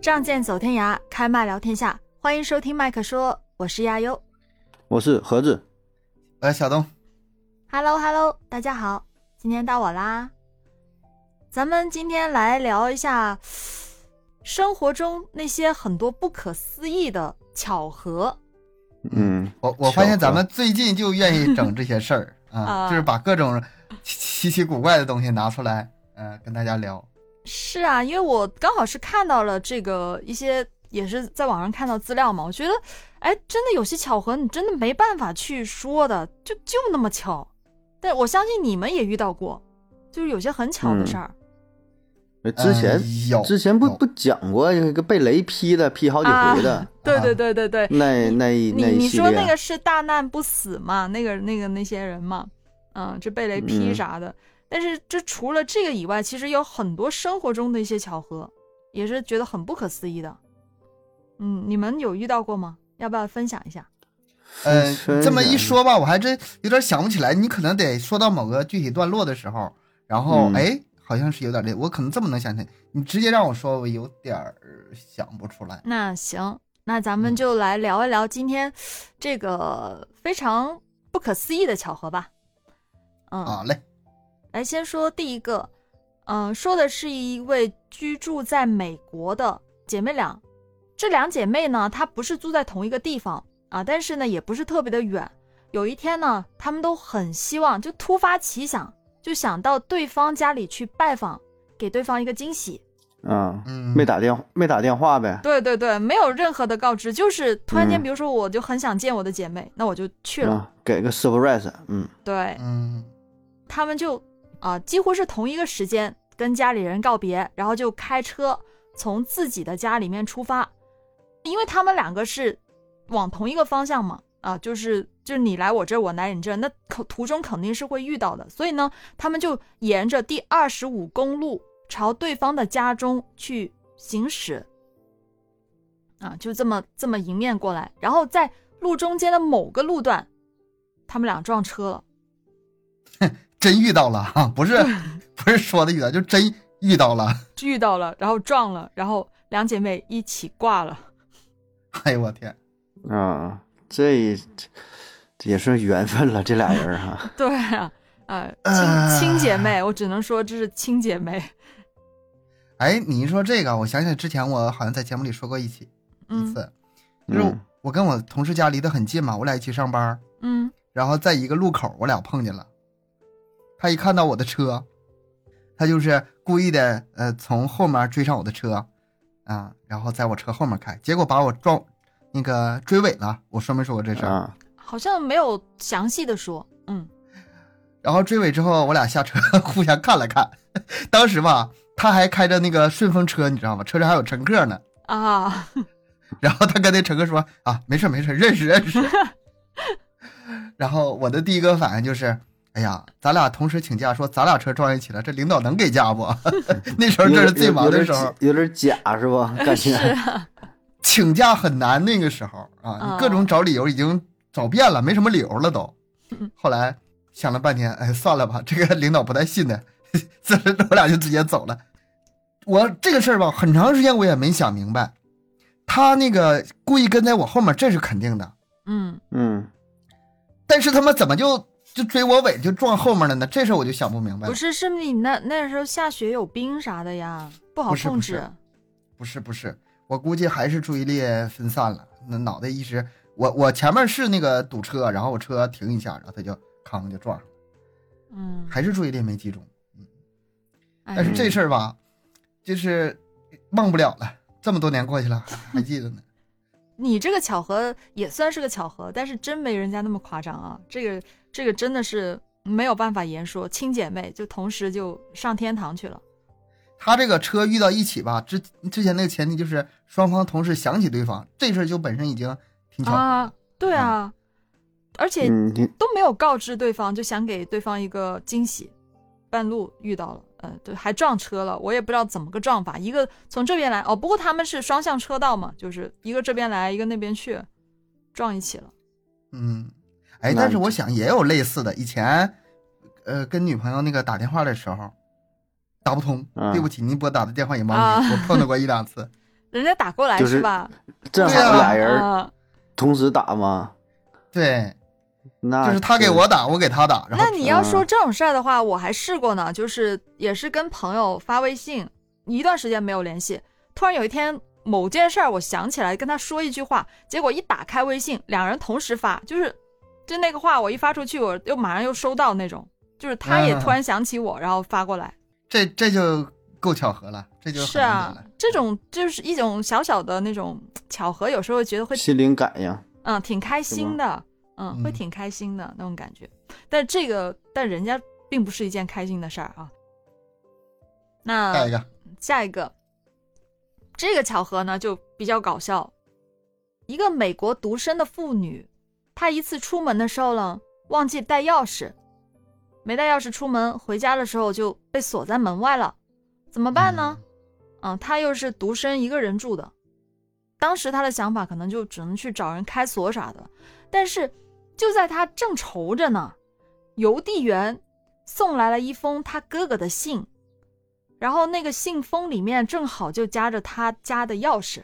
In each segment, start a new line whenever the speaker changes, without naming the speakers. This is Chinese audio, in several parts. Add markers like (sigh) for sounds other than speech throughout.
仗剑走天涯，开麦聊天下，欢迎收听麦克说，我是亚优。
我是盒子，
哎，小东，
Hello Hello，大家好，今天到我啦。咱们今天来聊一下生活中那些很多不可思议的巧合。
嗯，
我我发现咱们最近就愿意整这些事儿
啊
啊，就是把各种奇奇奇古怪的东西拿出来，嗯、跟大家聊。
是啊，因为我刚好是看到了这个一些，也是在网上看到资料嘛，我觉得，哎，真的有些巧合你真的没办法去说的，就就那么巧。但我相信你们也遇到过，就是有些很巧的事儿、
哎之前、
嗯有
之前不
有
不讲过一个被雷劈的，劈好几
啊
回的，。
对对对对对，
(laughs) 那那一
你
那一
你
系
说那
列
个，是大难不死嘛？那个那个那些人嘛，嗯，这被雷劈
嗯
啥的。但是这除了这个以外，其实有很多生活中的一些巧合，也是觉得很不可思议的。嗯，你们有遇到过吗？要不要分享一下？
呃
分，
这么一说吧，我还真有点想不起来，你可能得说到某个具体段落的时候，然后
嗯
哎、好像是有点累，我可能这么能想起来，你直接让我说，我有点儿想不出来。
那行，那咱们
嗯
就来聊一聊今天这个非常不可思议的巧合吧。嗯，
啊，嘞，
来先说第一个，嗯、说的是一位居住在美国的姐妹俩。这两姐妹呢，她不是住在同一个地方啊，但是呢，也不是特别的远。有一天呢，她们都很希望，就突发奇想，就想到对方家里去拜访，给对方一个惊喜。
啊，
嗯，
没打电话没打电话呗，
对对对，没有任何的告知，就是突然间，
嗯
比如说我就很想见我的姐妹，那我就去了。
啊，给个 surprise，嗯
对，
嗯，
他们就啊、几乎是同一个时间跟家里人告别，然后就开车从自己的家里面出发，因为他们两个是往同一个方向嘛，啊，就是就是你来我这儿，我来你这儿，那可途中肯定是会遇到的，所以呢，他们就沿着第二十五公路朝对方的家中去行驶，啊，就这么这么迎面过来，然后在路中间的某个路段，他们俩撞车了。
真遇到了哈、不是不是说的遇到，就真遇到了。
遇到了，然后撞了，然后两姐妹一起挂
(laughs)
了。，
哎呦我天，
啊，这这这也是缘分了，这俩人哈、啊
对啊，呃，
哎
亲亲姐妹，我只能说这是亲姐妹。
哎，你一说这个，我想起来之前我好像在节目里说过一起一
嗯
次，就是
嗯
我跟我同事家离得很近嘛，我俩一起上班，
嗯
然后在一个路口我俩碰见了，他一看到我的车，他就是故意的呃从后面追上我的车，啊，然后在我车后面开，结果把我撞那个追尾了，我说没说过这事儿？
啊，
好像没有详细的说。嗯
然后追尾之后，我俩下车 (laughs) 互相看了看， (laughs) 当时吧他还开着那个顺风车，你知道吗？车上还有乘客呢。
啊，
然后他跟那乘客说啊，没事儿没事儿，认识认识。 (laughs) 然后我的第一个反应就是，哎呀，咱俩同时请假，说咱俩车撞一起了，这领导能给假不？ (laughs) 那时候
有
正是
点
最忙的时
有
候
点，有点假是
(laughs)
吧？感
是
觉
啊，
请假很难。那个时候啊，
啊
你各
哦
种找理由已经找遍了，没什么理由了都
(laughs)
嗯。
后来想了半天，哎，算了吧，这个领导不太信的，所以我俩就直接走了。我这个事儿吧，很长时间我也没想明白，他那个故意跟在我后面，这是肯定的。
嗯
(laughs) 嗯
但是他妈怎么就就追我尾就撞后面了呢？这事儿我就想不明白了
不。是，是你那那时候下雪有冰啥的呀，不好
不是
控
不
制
是。不是不是，我估计还是注意力分散了，那脑袋一直我我前面是那个堵车，然后我车停一下，然后他就康就撞上了，
嗯，
还是注意力没集中。
哎
但是这事儿吧，就是忘不了了，这么多年过
(laughs)
去了还记得呢。
你这个巧合也算是个巧合，但是真没人家那么夸张啊！这个这个真的是没有办法言说，亲姐妹就同时就上天堂去了。
他这个车遇到一起吧，之之前那个前提就是双方同时想起对方，这事儿就本身已经挺巧合了。
啊，对啊，
嗯
而且
嗯，你
都没有告知对方，就想给对方一个惊喜，半路遇到了，嗯，对，还撞车了，我也不知道怎么个撞法，一个从这边来，哦，不过他们是双向车道嘛，就是一个这边来，一个那边去，撞一起了，
嗯，哎，
那
但是
你
我想也有类似的，以前，呃，跟女朋友那个打电话的时候，打不通，
嗯
对不起，您拨打的电话也冒
啊 (laughs)
昧，我碰到过一两次。
人家打过来
就是
吧？
正好
对啊
俩人
啊，
同时打嘛，
对，
那
就是他给我打，我给他打，然后嗯
那你要说这种事儿的话，我还试过呢，就是也是跟朋友发微信，一段时间没有联系，突然有一天某件事儿我想起来跟他说一句话，结果一打开微信，两人同时发，就是就那个话我一发出去，我又马上又收到那种，就是他也
嗯
突然想起我，然后发过来。
这这就够巧合了，这就很
是
难得
啊
了。，
这种就是一种小小的那种巧合，有时候觉得会
心灵感应，
嗯挺开心的，嗯会
嗯
挺开心的那种感觉。但这个但人家并不是一件开心的事儿啊。那
下一个，
下一个，这个巧合呢就比较搞笑。一个美国独身的妇女，她一次出门的时候呢，忘记带钥匙，没带钥匙出门，回家的时候就被锁在门外了，怎么办呢？嗯，她又是独身一个人住的，当时她的想法可能就只能去找人开锁啥的。但是就在她正愁着呢，邮递员送来了一封她哥哥的信，然后那个信封里面正好就夹着他家的钥匙，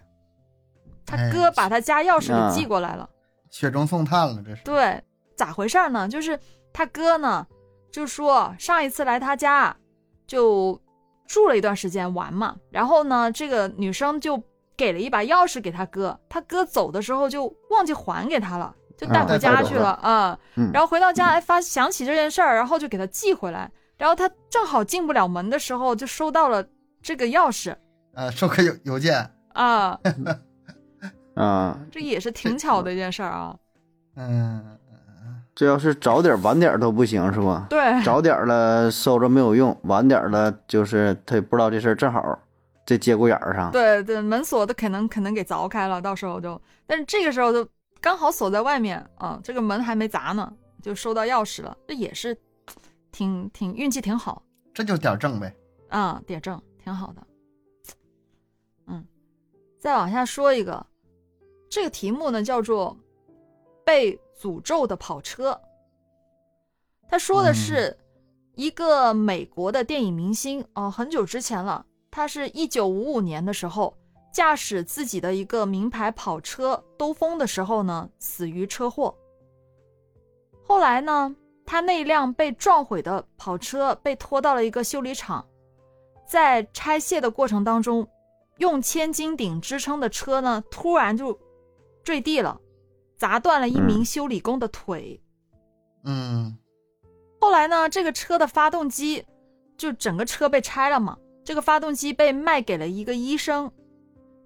他
哎
哥把他家钥匙
啊
给寄过来了。
雪中送炭了，这是。
对，咋回事儿呢？就是他哥呢，就说上一次来他家就住了一段时间玩嘛，然后呢，这个女生就给了一把钥匙给他哥，他哥走的时候就忘记还给他了，就带
啊
回
带
家
走
去
了
了啊。
嗯，
然后回到家，哎，发想起这件事儿，然后就给他寄回来。然后他正好进不了门的时候，就收到了这个钥匙
呃，收个邮邮件，
啊，
啊，
这也是挺巧的一件事儿啊。
嗯，
这要是早点晚点都不行是吧？
对， (laughs)
早点了收着没有用，晚点了就是他也不知道这事儿，正好这节骨眼儿上，
对对，门锁都可能可能给凿开了，到时候就，但是这个时候就刚好锁在外面啊，这个门还没砸呢，就收到钥匙了，这也是挺挺运气挺好
这就点儿正呗。
啊，点正挺好的。嗯，再往下说一个，这个题目呢叫做“被诅咒的跑车”，他说的是一个美国的电影明星哦、很久之前了，他是一九五五年的时候驾驶自己的一个名牌跑车兜风的时候呢，死于车祸。后来呢，他那辆被撞毁的跑车被拖到了一个修理厂，在拆卸的过程当中，用千斤顶支撑的车呢，突然就坠地了，砸断了一名
嗯
修理工的腿。
嗯，
后来呢，这个车的发动机就整个车被拆了嘛，这个发动机被卖给了一个医生，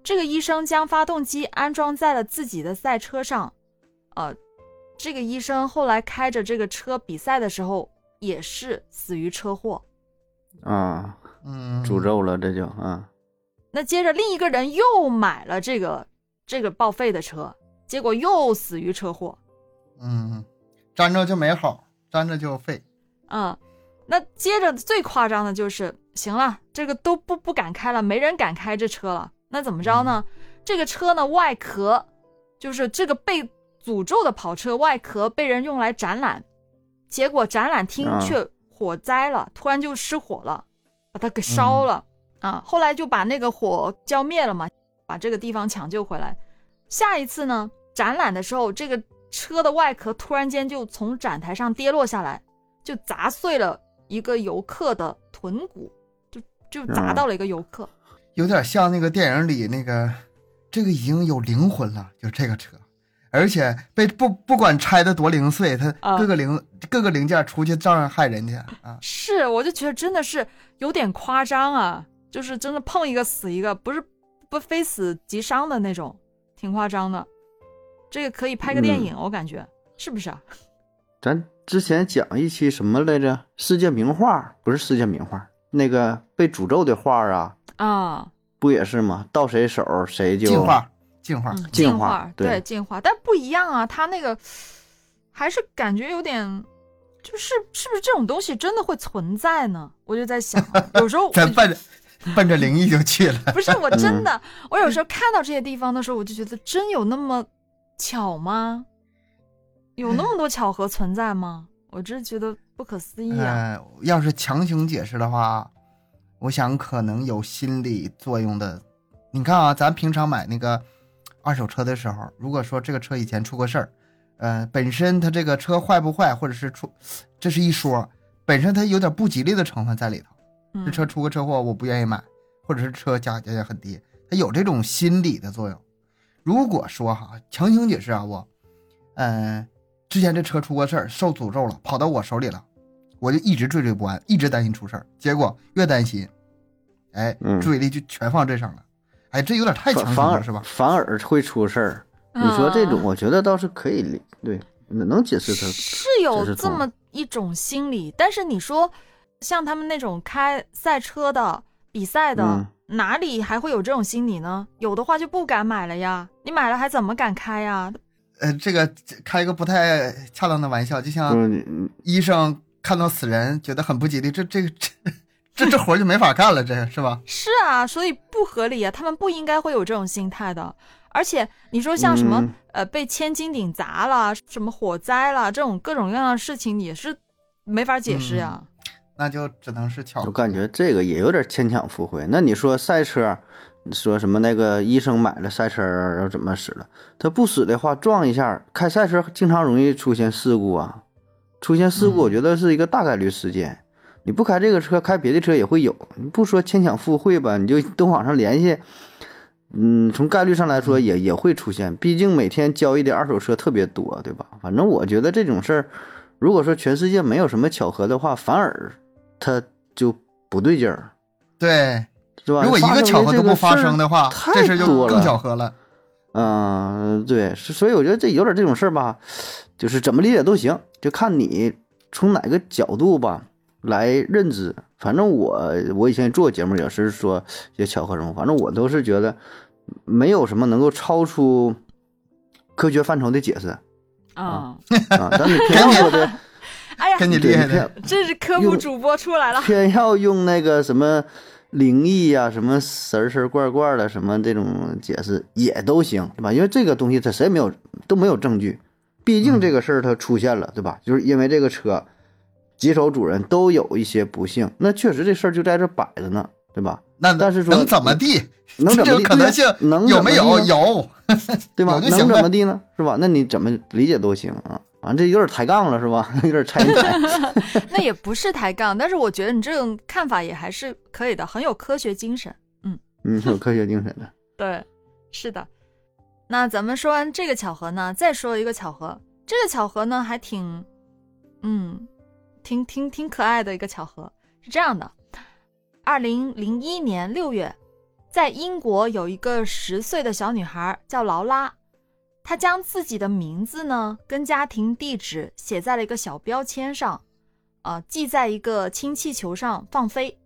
这个医生将发动机安装在了自己的赛车上，呃，这个医生后来开着这个车比赛的时候也是死于车祸。
啊，
嗯，
诅咒了这就啊，
那接着另一个人又买了这个这个报废的车，结果又死于车祸。
嗯，粘着就没好，粘着就废。
嗯，那接着最夸张的就是，行了，这个都不不敢开了，没人敢开这车了。那怎么着呢？这个车呢，外壳就是这个被诅咒的跑车外壳被人用来展览，结果展览厅
啊
却火灾了，突然就失火了，把它给烧了、啊。后来就把那个火浇灭了嘛，把这个地方抢救回来。下一次呢，展览的时候，这个车的外壳突然间就从展台上跌落下来，就砸碎了一个游客的臀骨，就就砸到了一个游客。
有点像那个电影里那个，这个已经有灵魂了，就这个车，而且被不不管拆的多零碎，它
啊
各个零、各个零件出去照样害人去啊。
是，我就觉得真的是有点夸张啊，就是真的碰一个死一个，不是不非死即伤的那种，挺夸张的。这个可以拍个电影，我感觉是不是啊？
咱之前讲一期什么来着？世界名画不是世界名画，那个被诅咒的画啊，
啊，
不也是吗？到谁手儿谁就
进化，进化，
嗯，
进
进
化对
对进化，但不一样啊，它那个还是感觉有点。就是是不是这种东西真的会存在呢？我就在想啊，有
(laughs)
时候我
咱奔着奔着灵异就去了。
不是我
嗯
真的，我有时
(laughs)
候看到这些地方的时候，我就觉得真有那么巧吗？有那么多巧合存在吗？我真是觉得不可思议啊！
呃，要是强行解释的话，我想可能有心理作用的你看啊，咱平常买那个二手车的时候，如果说这个车以前出过事儿，呃，本身它这个车坏不坏，或者是出，这是一说，本身它有点不吉利的成分在里头。
嗯
这车出个车祸，我不愿意买，或者是车价价也很低，它有这种心理的作用。如果说哈，强行解释啊，我，嗯、之前这车出过事儿，受诅咒了，跑到我手里了，我就一直惴惴不安，一直担心出事儿，结果越担心，哎，
嗯
注意力就全放这上了，哎，这有点太强
反
行
反
了，
而
是吧？
反而会出事儿。你
嗯
说这
啊
种，我觉得倒是可以理，对，能解释它。
是有这么一种心理，但是你说像他们那种开赛车的、比赛的，
嗯
哪里还会有这种心理呢？有的话就不敢买了呀，你买了还怎么敢开呀？
呃，这个这开一个不太恰当的玩笑，就像
就是你
医生看到死人觉得很不吉利，这这个这 (laughs) 这这活儿就没法干了，这是吧？
是啊，所以不合理啊，他们不应该会有这种心态的。而且你说像什么、
嗯
呃被千斤顶砸了、什么火灾了这种各种各样的事情也是没法解释呀。
那就只能是巧
我
合。
感觉这个也有点牵强附会。那你说赛车，你说什么那个医生买了赛车，然后怎么死了？他不死的话，撞一下，开赛车经常容易出现事故啊。出现事故，我觉得是一个大概率事件。你不开这个车，开别的车也会有。你不说牵强附会吧，你就都往上联系。嗯，从概率上来说也也会出现，毕竟每天交易的二手车特别多，对吧？反正我觉得这种事儿，如果说全世界没有什么巧合的话，反而它就不对劲儿，
对，
是吧？
如果一个巧合都不发生
的，
的话，
太
这事儿就
多
更
了
巧合了。
嗯、对，是所以我觉得这有点这种事儿吧，就是怎么理解都行，就看你从哪个角度吧来认知。反正我我以前做节目也是说一些巧合生物，反正我都是觉得没有什么能够超出科学范畴的解释啊。
嗯，
但
(laughs)
你偏要说的，
哎呀，
跟你
对
厉害
你偏
的，
这是科普
用
主播出来了。
偏要用那个什么灵异呀、什么神儿神儿怪儿怪儿的什么这种解释也都行，对吧？因为这个东西它谁也没有都没有证据，毕竟这个事儿它出现了，对吧？就是因为这个车几手主人都有一些不幸，那确实这事儿就在这摆着呢，对吧？
那
但是说
能怎么地？
能
(laughs) 这
怎么
个
地？
可能性
对呀能
有
怎么
没
地
有？
呢
有，
对吧？
有就
能
行
怎
呗
么地呢？是吧？那你怎么理解都行啊。反正这有点抬杠了，是吧？ (laughs) 有点拆
(laughs)
台。
那也不是抬杠，但是我觉得你这种看法也还是可以的，很有科学精神。
嗯，有科学精神的。
对，是的。那咱们说完这个巧合呢，再说一个巧合。这个巧合呢，还挺，嗯，挺挺挺可爱的一个巧合。是这样的，二零零一年六月，在英国有一个十岁的小女孩叫劳拉，她将自己的名字呢跟家庭地址写在了一个小标签上，啊、系在一个氢气球上放飞，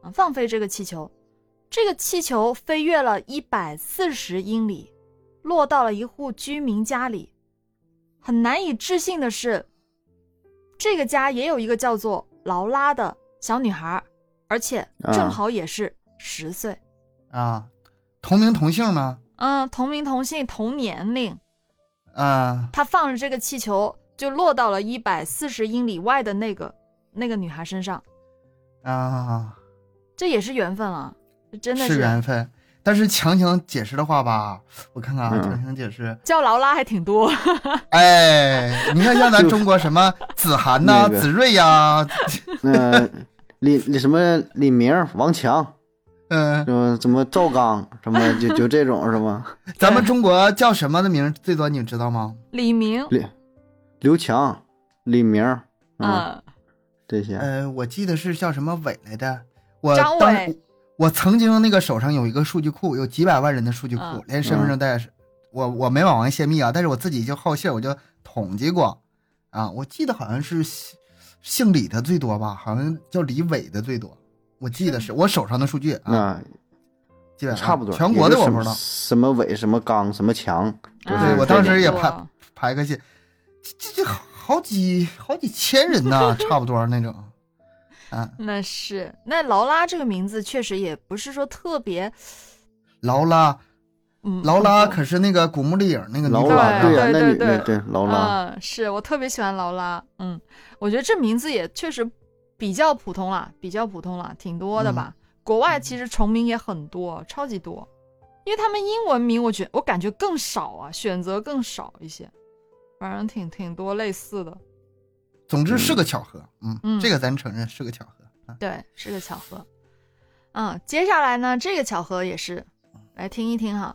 啊，放飞这个气球。这个气球飞跃了一百四十英里，落到了一户居民家里。很难以置信的是，这个家也有一个叫做劳拉的小女孩，而且正好也是十岁。
啊，同名同姓吗？
嗯，同名同姓同年龄，
啊，
她放着这个气球就落到了一百四十英里外的那个那个女孩身上，
啊，
这也是缘分啊，这真的
是缘分。但是强行解释的话吧，我看看啊，
嗯
强行解释，
叫劳拉还挺多。 (laughs)
哎，你看像咱
就
中国什么子涵呐、
那个
子睿呀，
那李李什么李明、王强，
嗯，
什么什么赵刚，什么就就这种是吗？
咱们中国叫什么的名儿最多，你知道吗？
李明，
李刘强、李明，嗯，
嗯，
这些，
呃，我记得是叫什么伟来的。我
张
当
伟
我曾经那个手上有一个数据库，有几百万人的数据库，
嗯
连身份证带，我我没往外泄密啊，但是我自己就好信儿，我就统计过，啊，我记得好像是姓姓李的最多吧，好像叫李伟的最多，我记得
嗯
是我手上的数据啊，
那
基本
嗯
上
差不多。
啊全国的
也就
我
什
不
么
知道，
什么伟、什么刚、什么强，就
啊
是
我当时也
这种
怕排个线，这这这好几好几千
(laughs)
人呐、差不多那种，啊，
那是，那劳拉这个名字确实也不是说特别，
劳拉
嗯，
劳拉
嗯
可是那个古墓丽影那个女
劳
主角
拉，
啊
对
呀，
对
那
对
女那
对
对劳拉，
嗯，是我特别喜欢劳拉，嗯，我觉得这名字也确实比较普通啦，比较普通啦，挺多的吧，国外其实虫鸣也很多，超级多，因为他们英文名我觉我感觉更少啊，选择更少一些，反正挺挺多类似的。
总之是个巧合，嗯，
嗯
这个咱承认是个巧合啊。
对，是个巧合。嗯，接下来呢，这个巧合也是，来听一听哈。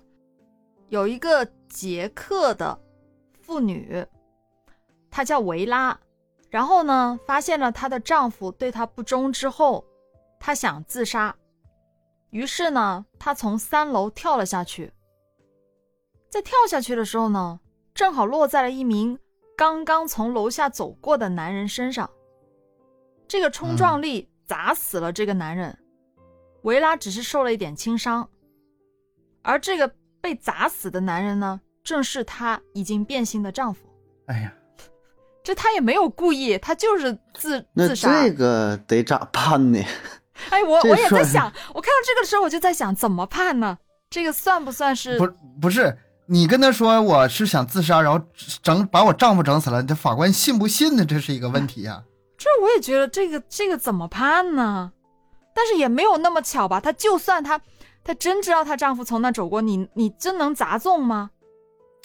有一个捷克的妇女，她叫维拉，然后呢，发现了她的丈夫对她不忠之后，她想自杀，于是呢，她从三楼跳了下去。在跳下去的时候呢，正好落在了一名刚刚从楼下走过的男人身上。这个冲撞力砸死了这个男人，维拉只是受了一点轻伤，而这个被砸死的男人呢，正是她已经变性的丈夫。
哎呀，
这她也没有故意，她就是自
那
自杀。
这个得咋办呢？
哎，我
这
我也在
算
想，我看到这个的时候，我就在想怎么判呢？这个算不算是
不不是，你跟他说我是想自杀，然后整把我丈夫整死了，这法官信不信呢？这是一个问题啊呀、
这我也觉得这个这个怎么判呢？但是也没有那么巧吧？她就算她她真知道她丈夫从那走过，你你真能砸中吗？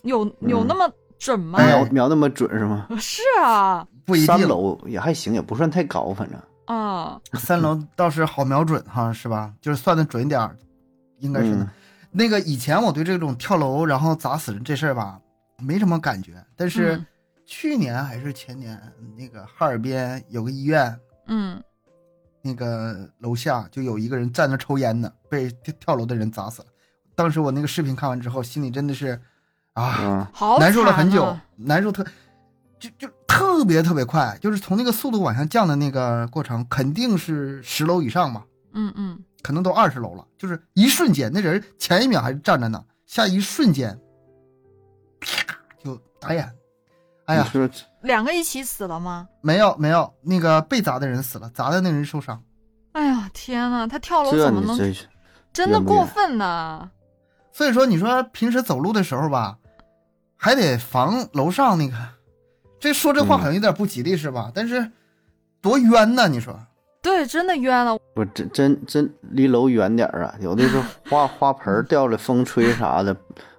有有
嗯
那么准吗？
哎
瞄瞄那么准是吗？
是啊，
不一定。
三楼也还行，也不算太高，反正
啊、
三楼倒是好瞄准哈，是吧？就是算的准点儿，应该是的。
嗯
那个以前我对这种跳楼然后砸死人这事儿吧，没什么感觉。但是
嗯
去年还是前年，那个哈尔滨有个医院，
嗯，
那个楼下就有一个人站那抽烟呢，被跳跳楼的人砸死了。当时我那个视频看完之后，心里真的是啊，
嗯
好、惨
难受了很久
啊，
难受特，就就特别特别快，就是从那个速度往下降的那个过程，肯定是十楼以上吧。
嗯嗯，
可能都二十楼了，就是一瞬间，那人前一秒还是站着呢，下一瞬间，啪就打眼。哎呀
你，说
两个一起死了吗？
没有没有，那个被砸的人死了，砸的那人受伤。
哎呀，天呐，她跳楼
这
怎么
你
能
真是
真的
冤不
过
冤
分呢？
所以说，你说平时走路的时候吧，还得防楼上那个。这说这话好像有点不吉利是
嗯
吧？但是多冤呐，你说
对，真的冤了。
不真真真离楼远点儿啊！有的
(laughs)
是花花盆儿掉了，风吹啥的，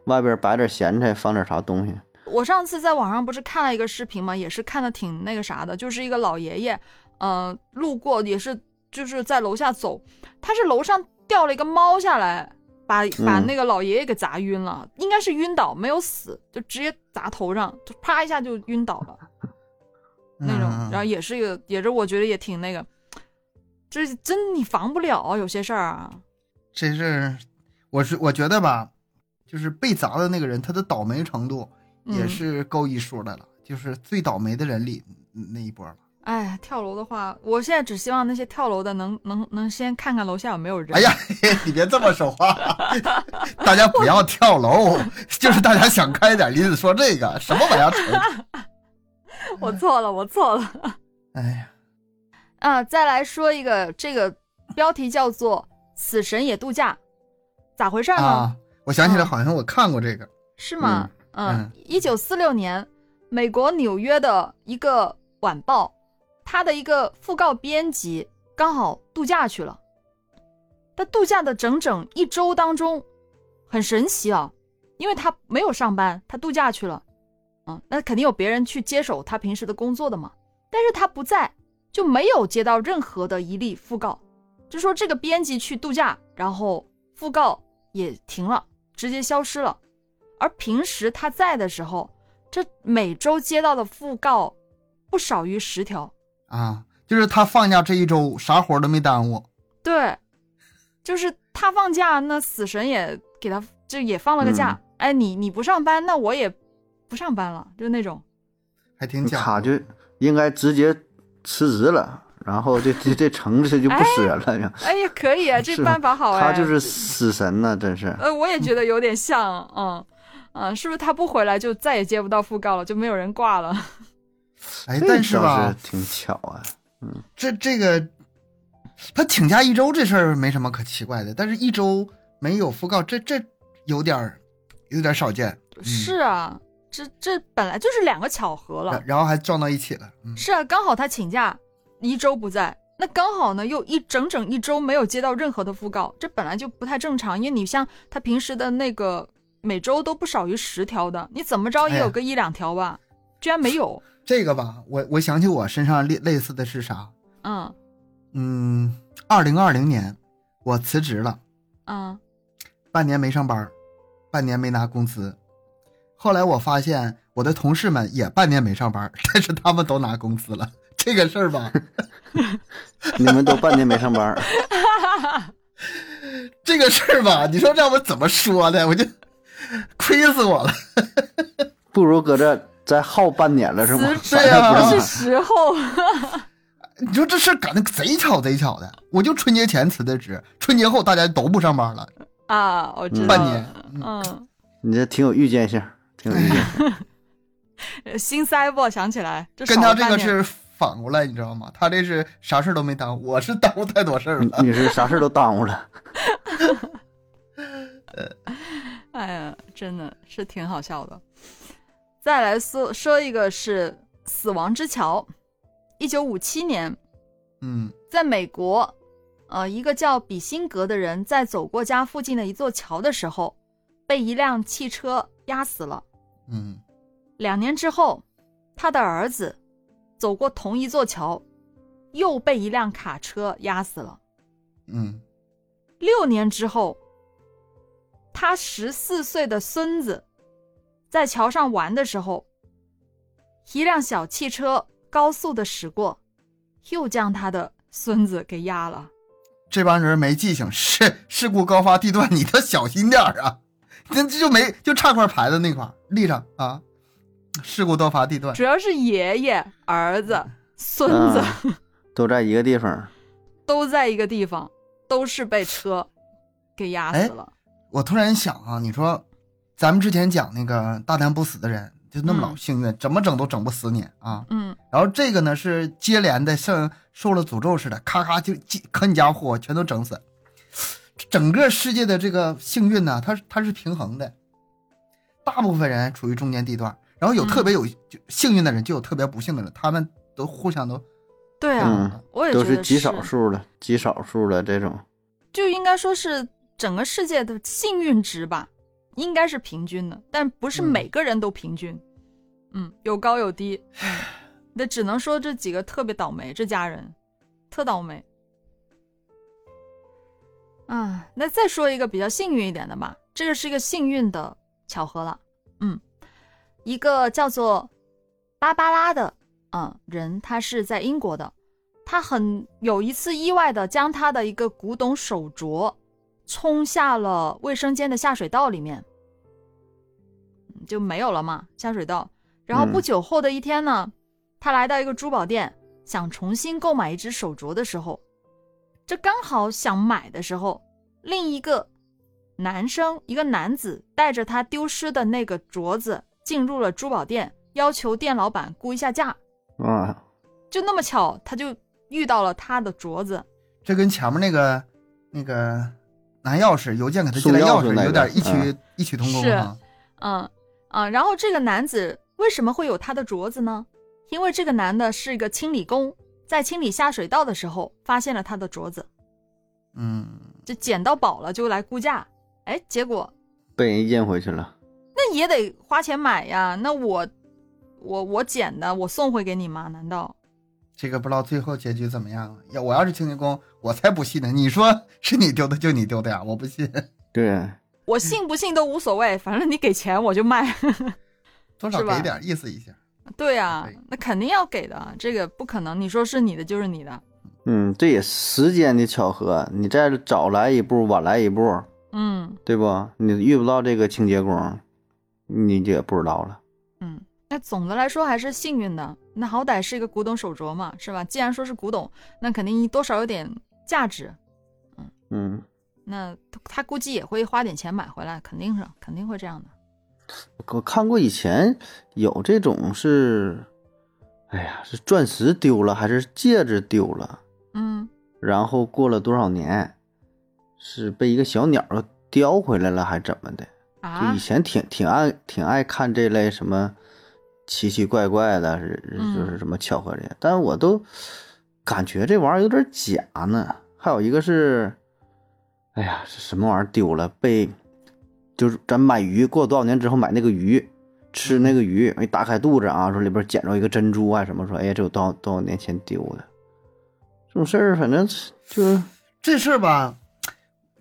外边摆点咸菜，放点啥东西。
我上次在网上不是看了一个视频嘛，也是看的挺那个啥的，就是一个老爷爷，呃，路过也是就是在楼下走，他是楼上掉了一个猫下来，把把
嗯
那个老爷爷给砸晕了，应该是晕倒没有死，就直接砸头上，就啪一下就晕倒了那种，
嗯
然后也是一个也是我觉得也挺那个，这真你防不了有些事儿啊，
这事儿，我是我觉得吧，就是被砸的那个人，他的倒霉程度
嗯
也是够一说的了，就是最倒霉的人里那一波了。
哎，跳楼的话，我现在只希望那些跳楼的能能能先看看楼下有没有人。
哎呀， (laughs) 你别这么说话， (laughs) 大家不要跳楼，就是大家想开点。林子说这个什么玩意儿？
我错了，我错了。
哎呀，
啊，再来说一个，这个标题叫做《死神也度假》，咋回事儿呢？
啊，我想起来，好像我看过这个。
是吗？嗯
嗯，
一九四六年，美国纽约的一个晚报，它的一个讣告编辑刚好度假去了。他度假的整整一周当中，很神奇啊，因为他没有上班，他度假去了。嗯，那肯定有别人去接手他平时的工作的嘛。但是他不在，就没有接到任何的一例讣告，就说这个编辑去度假，然后讣告也停了，直接消失了。而平时他在的时候，这每周接到的讣告不少于十条。
啊，就是他放假这一周啥活儿都没耽误，
对，就是他放假，那死神也给他就也放了个假。
嗯
哎，你你不上班，那我也不上班了，就那种。
还挺讲
他
究。
就应该直接辞职了，然后这这这城市就不死人了。
哎呀，可以啊，
(laughs)
这
是
办法好哎。
他就是死神呐，真是。
呃，我也觉得有点像，嗯嗯，是不是他不回来就再也接不到讣告了，就没有人挂了？
哎，但是
这倒
吧
是，挺巧啊。
这这个他请假一周这事儿没什么可奇怪的，但是一周没有讣告，这这有点儿有点儿少见。嗯
是啊，这这本来就是两个巧合了
然。然后还撞到一起了，嗯，
是啊，刚好他请假一周不在，那刚好呢，又一整整一周没有接到任何的讣告，这本来就不太正常，因为你像他平时的那个每周都不少于十条的，你怎么着也
哎呀
有个一两条吧，居然没
(laughs)
有，
这个吧，我我想起我身上类类似的是啥？
嗯
嗯，二零二零年我辞职了，
嗯
半年没上班，半年没拿工资。后来我发现我的同事们也半年没上班，但是他们都拿工资了。这个事儿吧，
你们都半年没上班儿，
这个事儿吧，你说让我怎么说呢？我就亏死我了。
不如搁这再耗半年了是吗？
辞
职啊呀
不
是
是
(laughs)
时候，
你说这事儿赶得贼巧贼巧的，我就春节前辞的职，春节后大家都不上班了，
(laughs) 啊，我知道，
半年。
嗯，
你这挺有预见性，挺有预见性。
呃心塞不？想起来，这
跟
少
他
了
这
半
个
年
是反过来，你知道吗？他这是啥事儿都没耽误，我是耽误太多事儿了。
你你是啥事儿都耽误
(laughs)
了。
哎呀，真的是挺好笑的。再来说说一个是《死亡之桥》，一九五七年，
嗯
在美国，呃，一个叫比辛格的人在走过家附近的一座桥的时候，被一辆汽车压死了。
嗯，
两年之后，他的儿子走过同一座桥，又被一辆卡车压死了。
嗯，
六年之后，他十四岁的孙子在桥上玩的时候，一辆小汽车高速的驶过，又将他的孙子给压了。
这帮人没记性， (laughs) 事事故高发地段，你都小心点儿啊！ (laughs) 那这就没就差块牌子那块儿立上啊，事故多发地段
主，要是爷爷、儿子、孙子、
嗯都在一个地方，
都在一个地方，都是被车给压死了。
我突然想啊，你说咱们之前讲那个大难不死的人，就那么老
嗯
幸运，怎么整都整不死你啊！
嗯
然后这个呢是接连的，像受了诅咒似的，咔咔就几可你家伙全都整死。整个世界的这个幸运呢，它是它是平衡的，大部分人处于中间地段，然后有
嗯
特别有、就幸运的人，就有特别不幸的人，他们都互相都
对啊，
嗯
我也觉
都
得
是极少数了，极少数了这种。
就应该说是整个世界的幸运值吧，应该是平均的，但不是每个人都平均。嗯，有高有低。 (sighs) 那只能说这几个特别倒霉，这家人特倒霉。啊，那再说一个比较幸运一点的吧，这个是一个幸运的巧合了。嗯，一个叫做芭芭拉的啊、人，他是在英国的，他很有一次意外的将他的一个古董手镯冲下了卫生间的下水道里面，嗯就没有了嘛，下水道。然后
嗯
不久后的一天呢，他来到一个珠宝店，想重新购买一只手镯的时候，这刚好想买的时候，另一个男生，一个男子带着他丢失的那个镯子进入了珠宝店，要求店老板估一下价。
啊，
就那么巧，他就遇到了他的镯子。
这跟前面那个那个拿钥匙邮件给他寄
送
来
钥
钥
匙
匙
那
有
个
点异曲、
嗯
异曲同工
是
啊。
嗯啊，然后这个男子为什么会有他的镯子呢？因为这个男的是一个清理工，在清理下水道的时候发现了他的镯子，
嗯，
就捡到宝了，就来估价。哎，结果
被人验回去了。
那也得花钱买呀。那我我我捡的，我送回给你吗？难道？
这个不知道最后结局怎么样。要我要是清洁工，我才不信呢。你说是你丢的就你丢的呀，我不信。
对，
我信不信都无所谓，反正你给钱我就卖。 (laughs)
多少
是吧
给点儿意思一下。
对啊
对，
那肯定要给的，啊这个不可能。你说是你的就是你的，
嗯，这也时间的巧合，你再早来一步，晚来一步，
嗯。
对不？你遇不到这个清洁工，你就也不知道了。
嗯，那总的来说还是幸运的。那好歹是一个古董手镯嘛，是吧？既然说是古董，那肯定多少有点价值。
嗯，
那他他估计也会花点钱买回来，肯定是肯定会这样的。
我看过以前有这种是，哎呀，是钻石丢了还是戒指丢了？
嗯
然后过了多少年，是被一个小鸟儿叼回来了，还怎么的？就
啊
以，前挺挺爱挺爱看这类什么奇奇怪怪的，是是
嗯
就是什么巧合这些，但我都感觉这玩意儿有点假呢。还有一个是，哎呀，这什么玩意儿丢了？被就是咱买鱼，过多少年之后买那个鱼，吃
嗯
那个鱼，一打开肚子啊，说里边捡着一个珍珠啊什么，说哎呀，这有多少多少年前丢的。这种事儿，反正就是
这事儿吧，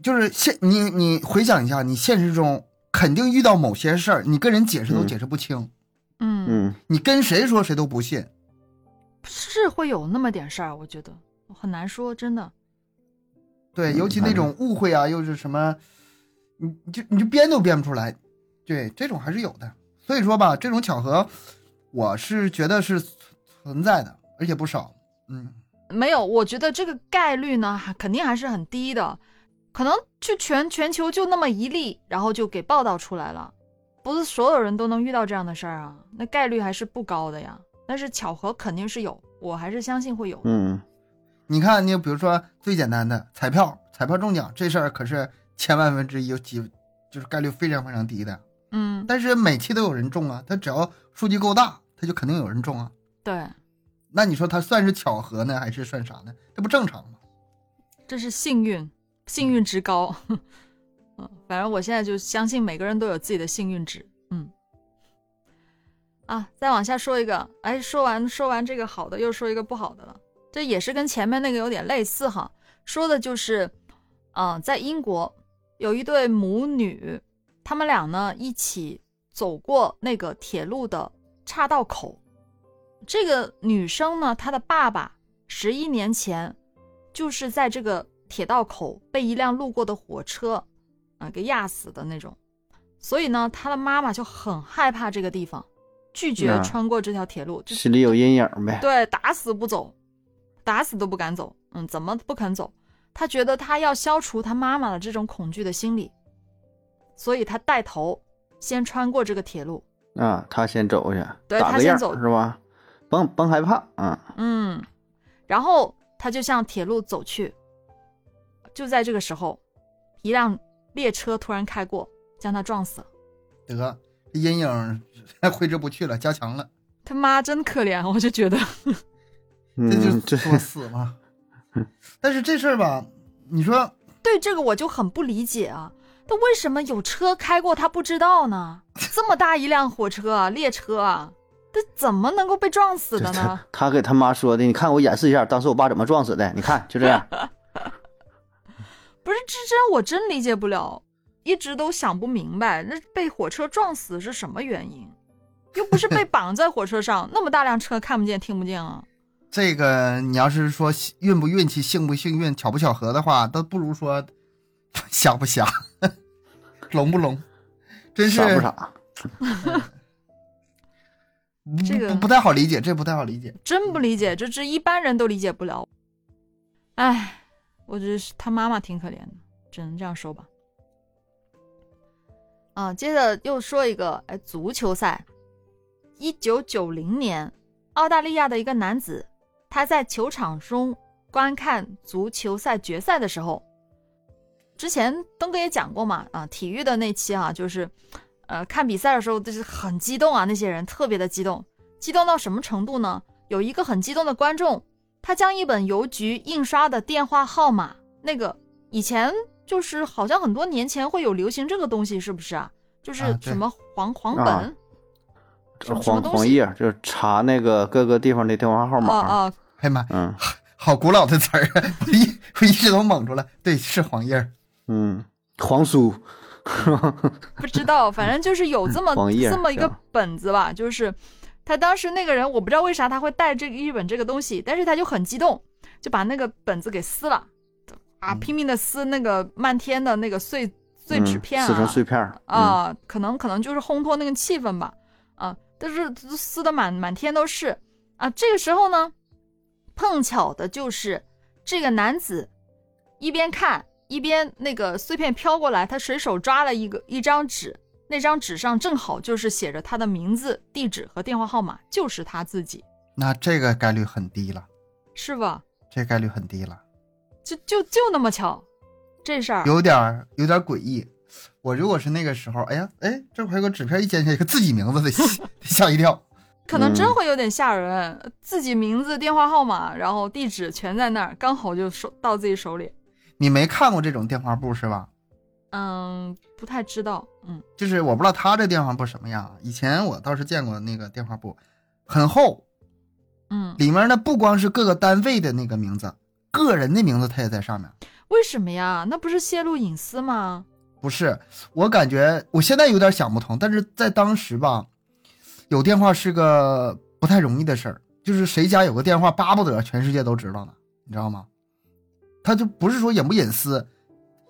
就是现你你回想一下，你现实中肯定遇到某些事儿，你跟人解释都
嗯
解释不清，
嗯，
嗯，
你跟谁说谁都不信。
是会有那么点事儿，我觉得很难说，真的。
对，
嗯
尤其那种误会啊，又是什么，你你就你就编都编不出来，对，这种还是有的。所以说吧，这种巧合，我是觉得是存存在的，而且不少。嗯，
没有，我觉得这个概率呢，还肯定还是很低的，可能就全全球就那么一例，然后就给报道出来了，不是所有人都能遇到这样的事儿啊，那概率还是不高的呀。但是巧合肯定是有，我还是相信会有的。
嗯，
你看，你比如说最简单的彩票，彩票中奖这事儿可是千万分之一，有几就是概率非常非常低的。
嗯，
但是每期都有人中啊，他只要数据够大，他就肯定有人中啊。
对，
那你说他算是巧合呢，还是算啥呢？这不正常吗？
这是幸运，幸运值高。 (laughs) 嗯，反正我现在就相信每个人都有自己的幸运值。嗯，啊，再往下说一个，哎，说完说完这个好的，又说一个不好的了。这也是跟前面那个有点类似哈，说的就是，嗯、在英国有一对母女，他们俩呢一起走过那个铁路的岔道口。这个女生呢，她的爸爸十一年前就是在这个铁道口被一辆路过的火车啊给压死的那种。所以呢，她的妈妈就很害怕这个地方，拒绝
嗯
穿过这条铁路，就
心里有阴影呗。
(laughs) 对，打死不走，打死都不敢走。嗯，怎么不肯走？他觉得他要消除他妈妈的这种恐惧的心理，所以他带头先穿过这个铁路。
啊，他先走去，
对
打
他
个
先
样
走
是吧？甭甭害怕啊，
嗯，然后他就向铁路走去。就在这个时候，一辆列车突然开过，将他撞死了。
得，阴影挥之不去了，加强了。
他妈真可怜，啊我就觉得，
这
嗯，
就
这
作死
(laughs)
嘛。但是这事儿吧，你说
对这个我就很不理解啊，他为什么有车开过他不知道呢？这么大一辆火车啊，列车啊，他怎么能够被撞死
这
的呢
他？他给他妈说的，你看我演示一下，当时我爸怎么撞死的，你看就这样。
不是，这真我真理解不了，一直都想不明白，那被火车撞死是什么原因？又不是被绑在火车上，那么大辆车看不见听不见啊。
这个，你要是说运不运气、幸不幸运、巧不巧合的话，倒不如说 (laughs) 瞎不瞎、 (laughs) 聋不聋，真 (laughs) 是
傻不傻？
不
这个
不不太好理解，这不太好理解。
真不理解，这这一般人都理解不了。唉，我觉得是他妈妈挺可怜的，只能这样说吧。啊，接着又说一个，哎，足球赛，一九九零年，澳大利亚的一个男子，他在球场中观看足球赛决赛的时候，之前东哥也讲过嘛，啊，体育的那期啊，就是，呃，看比赛的时候就是很激动啊，那些人特别的激动，激动到什么程度呢？有一个很激动的观众，他将一本邮局印刷的电话号码，那个以前就是好像很多年前会有流行这个东西，是不是啊？就是
啊对
什么黄黄本。
啊
什么什么
黄
东
黄
西
页就是查那个各个地方的电话号码。
啊啊，
哎呀妈，
嗯
好古老的词儿 (laughs) 啊，我一我一直都蒙住了。对，是黄叶儿，
嗯，黄书，
不知道，反正就是有
(laughs)
这么
网页
这么一
是
个
吧
本子吧，就是他当时那个人，我不知道为啥他会带这个一本这个东西，但是他就很激动，就把那个本子给撕了，啊，拼命的撕那个漫天的那个碎碎纸片啊，
嗯嗯撕成碎片儿。
啊、可能可能就是烘托那个气氛吧，啊，但是撕的满满天都是啊。这个时候呢，碰巧的就是这个男子一边看一边那个碎片飘过来，他随手抓了一个一张纸，那张纸上正好就是写着他的名字、地址和电话号码，就是他自己，
那这个概率很低了，
是吧？
这概率很低了，
就就就那么巧，这事儿
有点儿有点儿诡异。我如果是那个时候，哎呀，哎，这块有个纸片，一捡起来，一个自己名字得 (laughs) 得吓一跳。
可能真
嗯
会有点吓人。自己名字、电话号码，然后地址全在那儿，刚好就手到自己手里。
你没看过这种电话簿是吧？
嗯，不太知道。嗯，
就是我不知道他这电话簿什么样啊，以前我倒是见过那个电话簿，很厚，
嗯，
里面呢不光是各个单位的那个名字，个人的名字它也在上面。
为什么呀？那不是泄露隐私吗？
不是，我感觉我现在有点想不通，但是在当时吧，有电话是个不太容易的事儿，就是谁家有个电话，巴不得全世界都知道呢，你知道吗？他就不是说隐不隐私，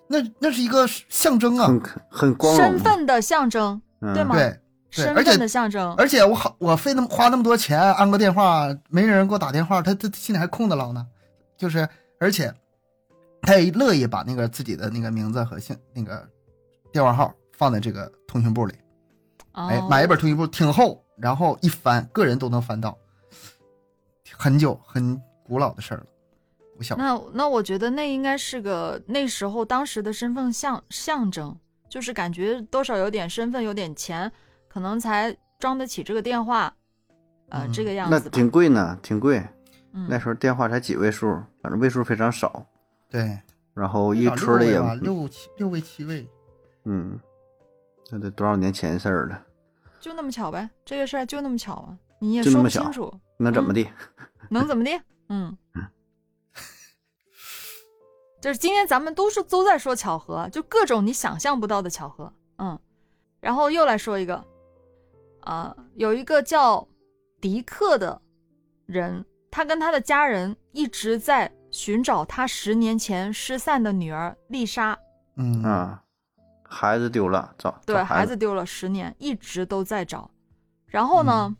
那那是一个象征啊，
嗯很很光荣
身
啊，
份的象征，
嗯
对吗
对。对
身
而且
份的象征。
而且我好，我费那么花那么多钱安个电话，没人给我打电话，他他他心里还空得牢呢。就是，而且他也乐意把那个自己的那个名字和姓那个电话号放在这个通讯簿里。哎，
哦
买一本通讯簿，挺厚，然后一翻，个人都能翻到。很久很古老的事儿了，我小
那那我觉得那应该是个那时候当时的身份象象征，就是感觉多少有点身份，有点钱，可能才装得起这个电话，呃，
嗯
这个样
那
子吧。
挺贵呢，挺贵。那
嗯，
时候电话才几位数，反正位数非常少，
对
然后一
最早
村儿的
六
也
位吧六七六位七位，
嗯，那得多少年前事儿了？
就那么巧呗，这个事儿就那么巧啊，你也
就那
说不
么巧
清
(laughs)
楚，
那怎么地？
能怎么地？嗯， (laughs) 就是今天咱们都是都在说巧合，就各种你想象不到的巧合。嗯，然后又来说一个，啊、有一个叫迪克的人，他跟他的家人一直在寻找他十年前失散的女儿丽莎。
嗯
啊，孩子丢了，找
对，
找
孩
孩
子丢了十年，一直都在找。然后呢，
嗯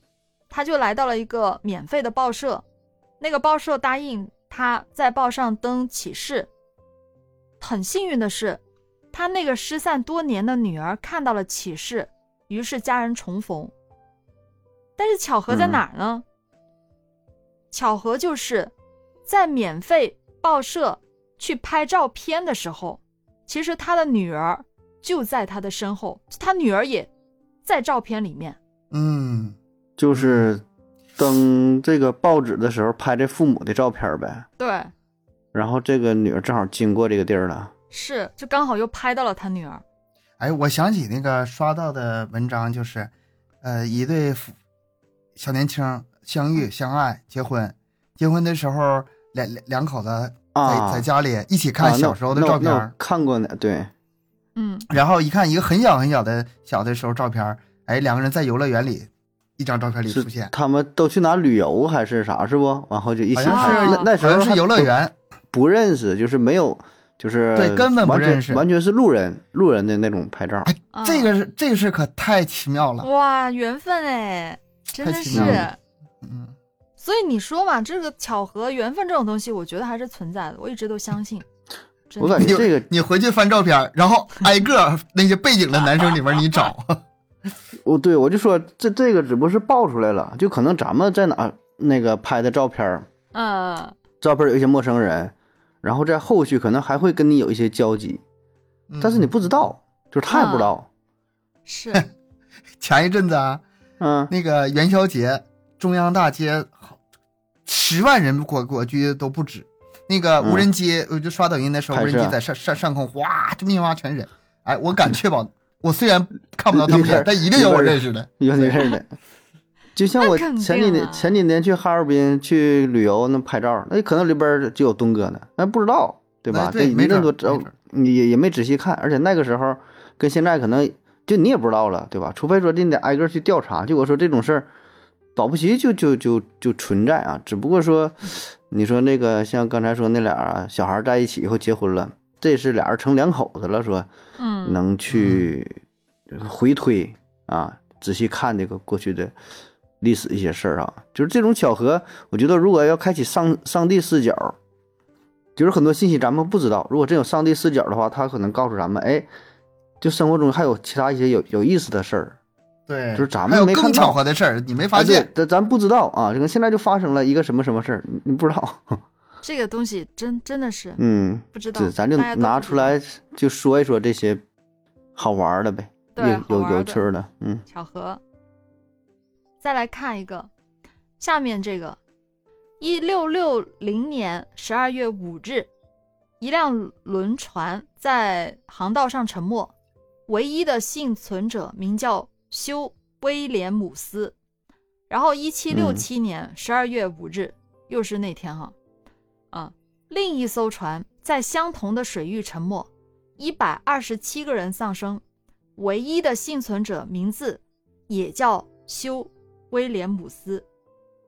他就来到了一个免费的报社，那个报社答应他在报上登启事。很幸运的是，他那个失散多年的女儿看到了启事，于是家人重逢。但是巧合在
嗯
哪儿呢？巧合就是在免费报社去拍照片的时候，其实他的女儿就在他的身后，他女儿也在照片里面。
嗯，
就是登这个报纸的时候拍这父母的照片呗。
对，
然后这个女儿正好经过这个地儿了，
是，就刚好又拍到了他女儿。
哎，我想起那个刷到的文章，就是，呃，一对夫小年轻相遇、相爱、结婚，结婚的时候两两两口子在、
啊
在家里一起看
啊
小时候的照片
那
儿，
我那我看过呢，对，
嗯，
然后一看一个很小很小的小的时候照片儿，哎，两个人在游乐园里，一张照片里
是
出现，
他们都去哪旅游还是啥是不？然后就一起
好
像
拍。
是
那那时
好
候
像是
还
游乐园，
不认识，就是没有，就是
对根本不
完全
认识
完全是路人路人的那种拍照。
哎
啊，
这个是这个是可太奇妙了，
哇，缘分哎，真
太
的
奇
是
妙。
了嗯，
所以你说嘛，这个巧合、缘分这种东西，我觉得还是存在的，我一直都相信。真
我
的
感觉
(laughs) 你
这个，
你回去翻照片儿，然后挨个儿那些背景的男生里面你找，
(laughs) 我对我就说这这个只不过是爆出来了，就可能咱们在哪儿那个拍的照片儿，
嗯，
照片儿有一些陌生人，然后在后续可能还会跟你有一些交集，
嗯
但是你不知道，就是他也不知道， (laughs)
是
前一阵子啊。
嗯
那个元宵节，中央大街好十万人过过去都不止。那个无人机，呃我就刷抖音的时候，
嗯拍
无
摄啊
人机在上上上空，哗，这密麻全人。哎，
(laughs)
我敢确保，我虽然看不到他们脸，但一定有我认识的。
有你认识的。就像我
那肯定
前几年、
啊
前几年去哈尔滨去旅游，那拍照，那可能里边儿就有东哥呢，那不知道，对吧？
哎对
这
没
一
准儿
定多
没准儿
你也也没仔细看，而且那个时候跟现在可能就你也不知道了，对吧？除非说你得挨个去调查。就我说这种事儿，保不齐就就就就存在啊，只不过说，你说那个像刚才说那俩啊小孩在一起以后结婚了，这是俩人成两口子了，说
嗯，
能去回推啊，仔细看这个过去的历史一些事儿啊，就是这种巧合，我觉得如果要开启上上帝视角，就是很多信息咱们不知道，如果真有上帝视角的话，他可能告诉咱们，哎，就生活中还有其他一些有有意思的事儿，
对，
就是咱
还有
们没看
更巧
到。
合的事儿，你没
啊，
发
对
现？，
咱咱不知道啊，这个现在就发生了一个什么什么事儿，你你不知道， (laughs)
这个东西真真的是
嗯，
不知道
这，咱就
大家都
拿
不知
出
道
来就说一说这些好玩儿的呗，
对
有
好
有
玩儿
有
的
趣儿的，嗯。
巧合。再来看一个，下面这个，一六六零年十二月五日，一辆轮船在航道上沉没，唯一的幸存者名叫休·威廉姆斯。然后，一七六七年十二月五日，又是那天哈、啊，另一艘船在相同的水域沉没，一百二十七个人丧生，唯一的幸存者名字也叫休·威廉姆斯，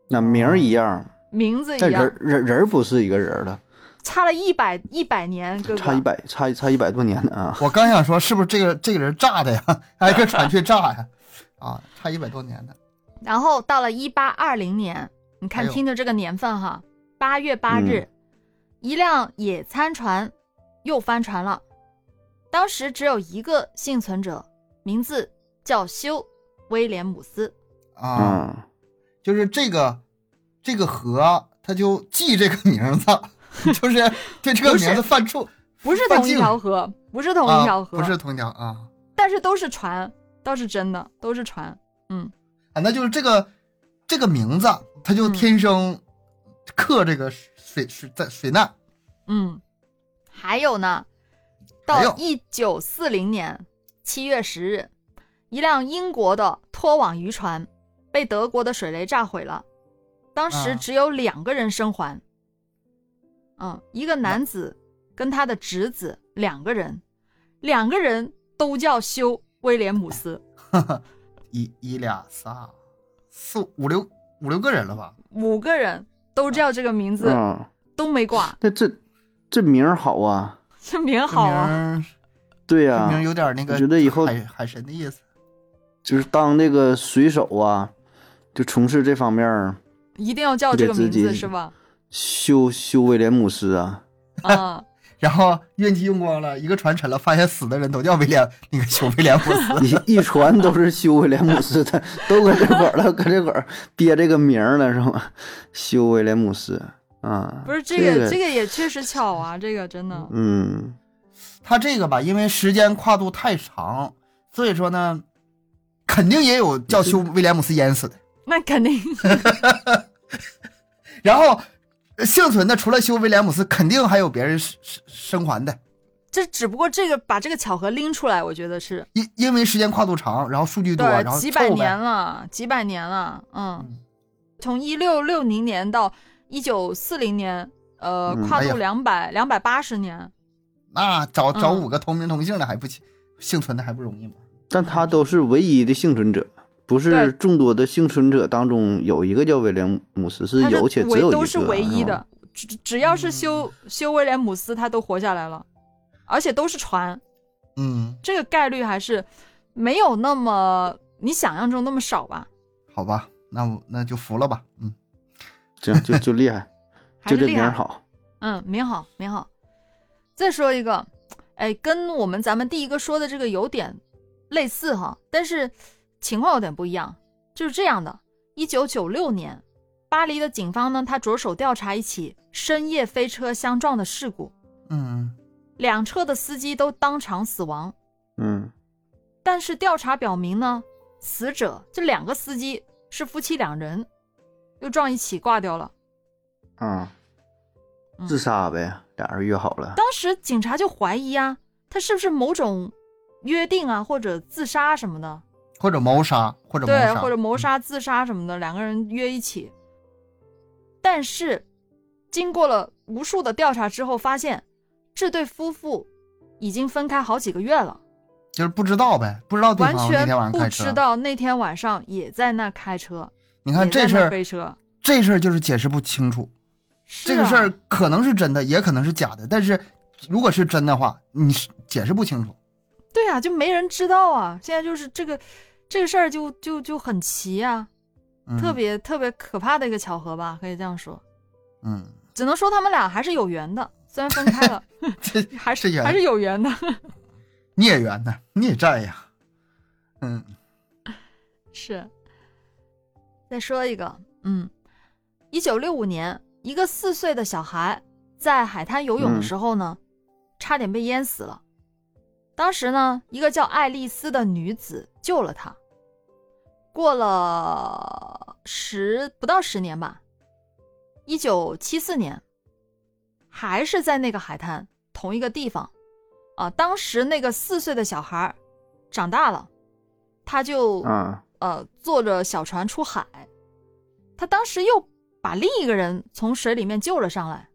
那
嗯
名儿一样，
名字一
但人
样
儿，人儿人儿不是一个人儿了，
差了一百一百年，哥
差一
哥。
百差差一百多年呢啊！
我刚想说，是不是这个这个人炸的呀？挨个船去炸呀？啊，差一百多年的，
然后到了一八二零年，你
哎
看
呦
听着这个年份哈，八月八
嗯
日，一辆野餐船又翻船了，当时只有一个幸存者，名字叫休·威廉姆斯。
啊，
嗯，
就是这个这个河，他就记这个名字， (laughs) 就是对这个
不是
名字犯怵，
不是
犯
同一
忌
条
讳
河，不是同一
啊
条河，
不是同一条啊
但是都是船，都是真的，都是船。
啊，那就是这个这个名字，他就
嗯
天生克这个水水在水难，
嗯，还有呢，
还有
到一九四零年七月十日，一辆英国的拖网渔船被德国的水雷炸毁了，当时
啊
只有两个人生还。嗯，一个男子跟他的侄子两个人，两个人都叫休·威廉姆斯，
一一俩仨四五六五六个人了吧？
五个人都叫这个名字，
嗯，
都没
(laughs)
挂，
那这这名儿好啊，
这名
这
好
名
啊。
儿
对呀、
这名儿有点那个，
我觉得以后
海海神的意思。
就是当这个水手啊，就从事这方面儿，
一定要叫这个名
给自
字
己
是
(laughs)
吧？
修修威廉姆斯啊， (laughs)
啊，
然后运气用光了，一个船沉了，发现死的人都叫威廉那个小威廉姆斯
(laughs) 一一船都是修威廉姆斯的，都搁这块儿了，搁这块儿憋这个名儿了是吗？ (laughs) 修威廉姆斯啊，
不是这
这
个，这个也确实巧啊，这个真的，
嗯，
他这个吧，因为时间跨度太长，所以说呢，肯定也有叫修威廉姆斯淹死的。
那肯定
然后呃幸存的除了修威廉姆斯，肯定还有别人生生生还的。
这只不过这个把这个巧合拎出来，我觉得是
因因为时间跨度长，然后数据多，然
对
后
几百
凑呗
年了，几百年了，嗯
嗯，
从一六六零年到一九四零年，呃，
嗯
跨
哎呀
度两百两百八十年，
那找找
嗯
五个同名同姓的还不行，幸存的还不容易吗？
但他都是唯一的幸存者。不
对
是众多的幸存者当中有一个叫威廉姆斯，是
它是
有且只
唯
有一个，啊
都是唯一
吧
的，只只要是
嗯
修修威廉姆斯，他都活下来了，而且都是船，
嗯，
这个概率还是没有那么你想象中那么少吧，
好吧，那我那就服了吧。嗯，
行就就厉
(laughs)
害，
还
就是这
厉
名儿
害。
好。
嗯，名好名好。再说一个，哎，跟我们咱们第一个说的这个有点类似哈，但是情况有点不一样。就是这样的，一九九六年，巴黎的警方呢，他着手调查一起深夜飞车相撞的事故，
嗯，
两车的司机都当场死亡。
嗯，
但是调查表明呢，死者这两个司机是夫妻两人，又撞一起挂掉了。
啊
嗯，
自杀呗，俩人约好了。
当时警察就怀疑啊，他是不是某种约定啊，或者自杀什么的，
或者谋杀，或者谋
对，
杀，
或者谋杀、自杀什么的，两个人约一起。但是，经过了无数的调查之后，发现这对夫妇已经分开好几个月了，
就是不知道呗，不知道对
完
方那
全
天晚上
不
开车。
知道那天晚上也在那开车，
你看
也在
这事
那
儿，
飞车。
这事儿就是解释不清楚。
是
这个
啊
事儿可能是真的，也可能是假的。但是如果是真的话，你是解释不清楚。
对啊，就没人知道啊。现在就是这个这个事儿就就就很奇啊，
嗯、
特，别特别可怕的一个巧合吧，可以这样说。
嗯， (laughs)
只能说他们俩还是有缘的，虽然分开了，
这
还
是
是
缘
还是有缘的。
孽缘呢，孽债呀。嗯，
是。再说一个，嗯，一九六五年，一个四岁的小孩在海滩游泳的时候呢，差点被淹死了。当时呢，一个叫爱丽丝的女子救了他。过了十不到十年吧，一九七四年，还是在那个海滩同一个地方，啊，当时那个四岁的小孩儿长大了，他就
嗯，
呃坐着小船出海，他当时又把另一个人从水里面救了上来，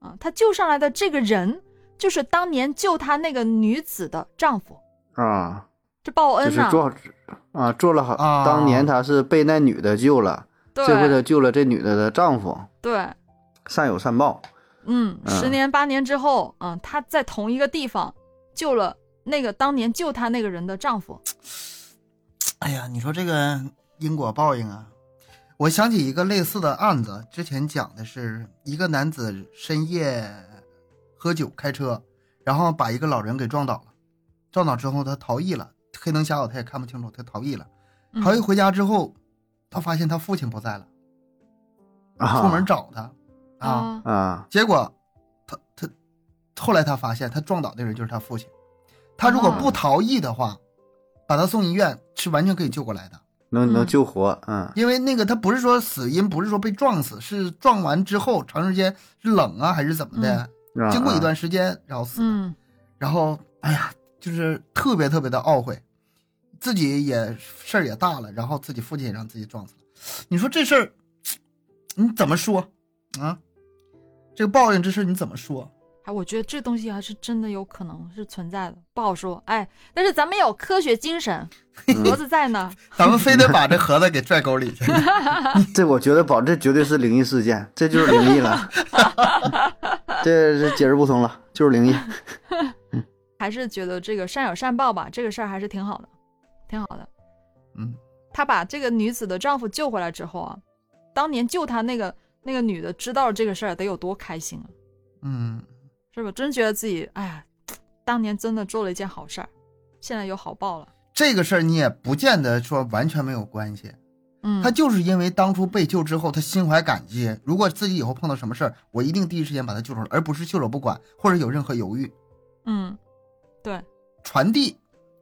啊，他救上来的这个人就是当年救他那个女子的丈夫，
啊，
这报
就
恩
是
呐、
做啊做了好，
啊
当年他是被那女的救了，
对
这回他救了这女的的丈夫，
对，
善有善报。
嗯，十
嗯
年八年之后，嗯，她在同一个地方救了那个当年救她那个人的丈夫。
哎呀，你说这个因果报应啊！我想起一个类似的案子，之前讲的是一个男子深夜喝酒开车，然后把一个老人给撞倒了，撞倒之后他逃逸了，黑灯瞎火他也看不清楚，他逃逸了。
嗯
逃逸回家之后，他发现他父亲不在了，
啊，
出门找他啊，
啊，
啊，
结果他他后来他发现他撞倒的人就是他父亲，他如果不逃逸的话，把他送医院是完全可以救过来的。
能能
嗯
救活，嗯
因为那个他不是说死因，不是说被撞死，是撞完之后长时间是冷啊还是怎么的，
啊
经过一段时间然后死的。
嗯
然后哎呀，就是特别特别的懊悔，自己也事儿也大了，然后自己父亲也让自己撞死了。你说这事儿你怎么说啊？这个报应这事儿你怎么说？
哎，我觉得这东西还是真的有可能是存在的，不好说。哎，但是咱们有科学精神，
嗯
脖子在呢。
咱们非得把这盒子给拽沟里去？ (laughs)
这我觉得保这绝对是灵异事件，这就是灵异
(laughs)
了，这这解释不通了，就是灵异。
还是觉得这个善有善报吧，这个事儿还是挺好的，挺好的。
嗯，
他把这个女子的丈夫救回来之后啊，当年救她那个那个女的知道了这个事儿，得有多开心啊！
嗯，
是吧？真觉得自己，哎呀，当年真的做了一件好事儿，现在有好报了。
这个事儿你也不见得说完全没有关系。
嗯，
他就是因为当初被救之后，他心怀感激。如果自己以后碰到什么事儿，我一定第一时间把他救出来，而不是袖手不管或者有任何犹豫。
嗯，对，
传递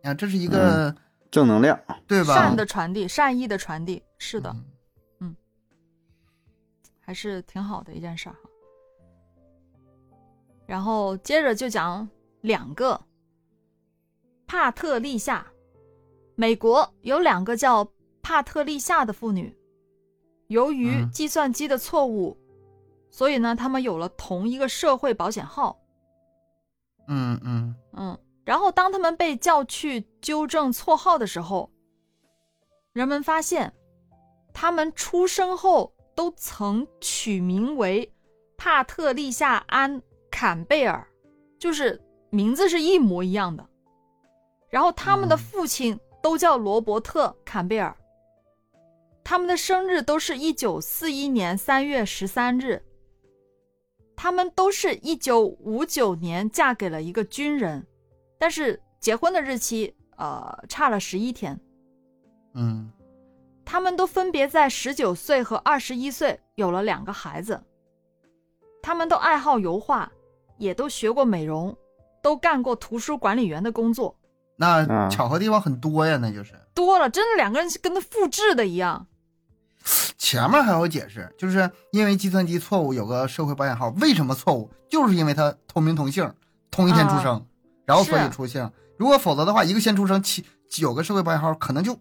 啊，这是一个、
正能量，
对吧？
善的传递，善意的传递，是的，
嗯
还是挺好的一件事儿哈。然后接着就讲两个，帕特利夏，美国有两个叫帕特利夏的妇女，由于
嗯
计算机的错误，所以呢，他们有了同一个社会保险号。
嗯嗯，
嗯，然后当他们被叫去纠正错号的时候，人们发现，他们出生后都曾取名为帕特利夏安·坎贝尔，就是名字是一模一样的。然后他们的
嗯
父亲都叫罗伯特·坎贝尔，他们的生日都是一九四一年三月十三日。他们都是一九五九年嫁给了一个军人，但是结婚的日期呃差了十一天。
嗯
他们都分别在十九岁和二十一岁有了两个孩子。他们都爱好油画，也都学过美容，都干过图书管理员的工作，
那
啊
巧合地方很多呀，那就是
多了，真的两个人是跟他复制的一样。
前面还有解释，就是因为计算机错误有个社会保险号，为什么错误？就是因为他同名同姓，同一天出生，然后所以
啊是
出姓。如果否则的话，一个先出生，其有个社会保险号，可能就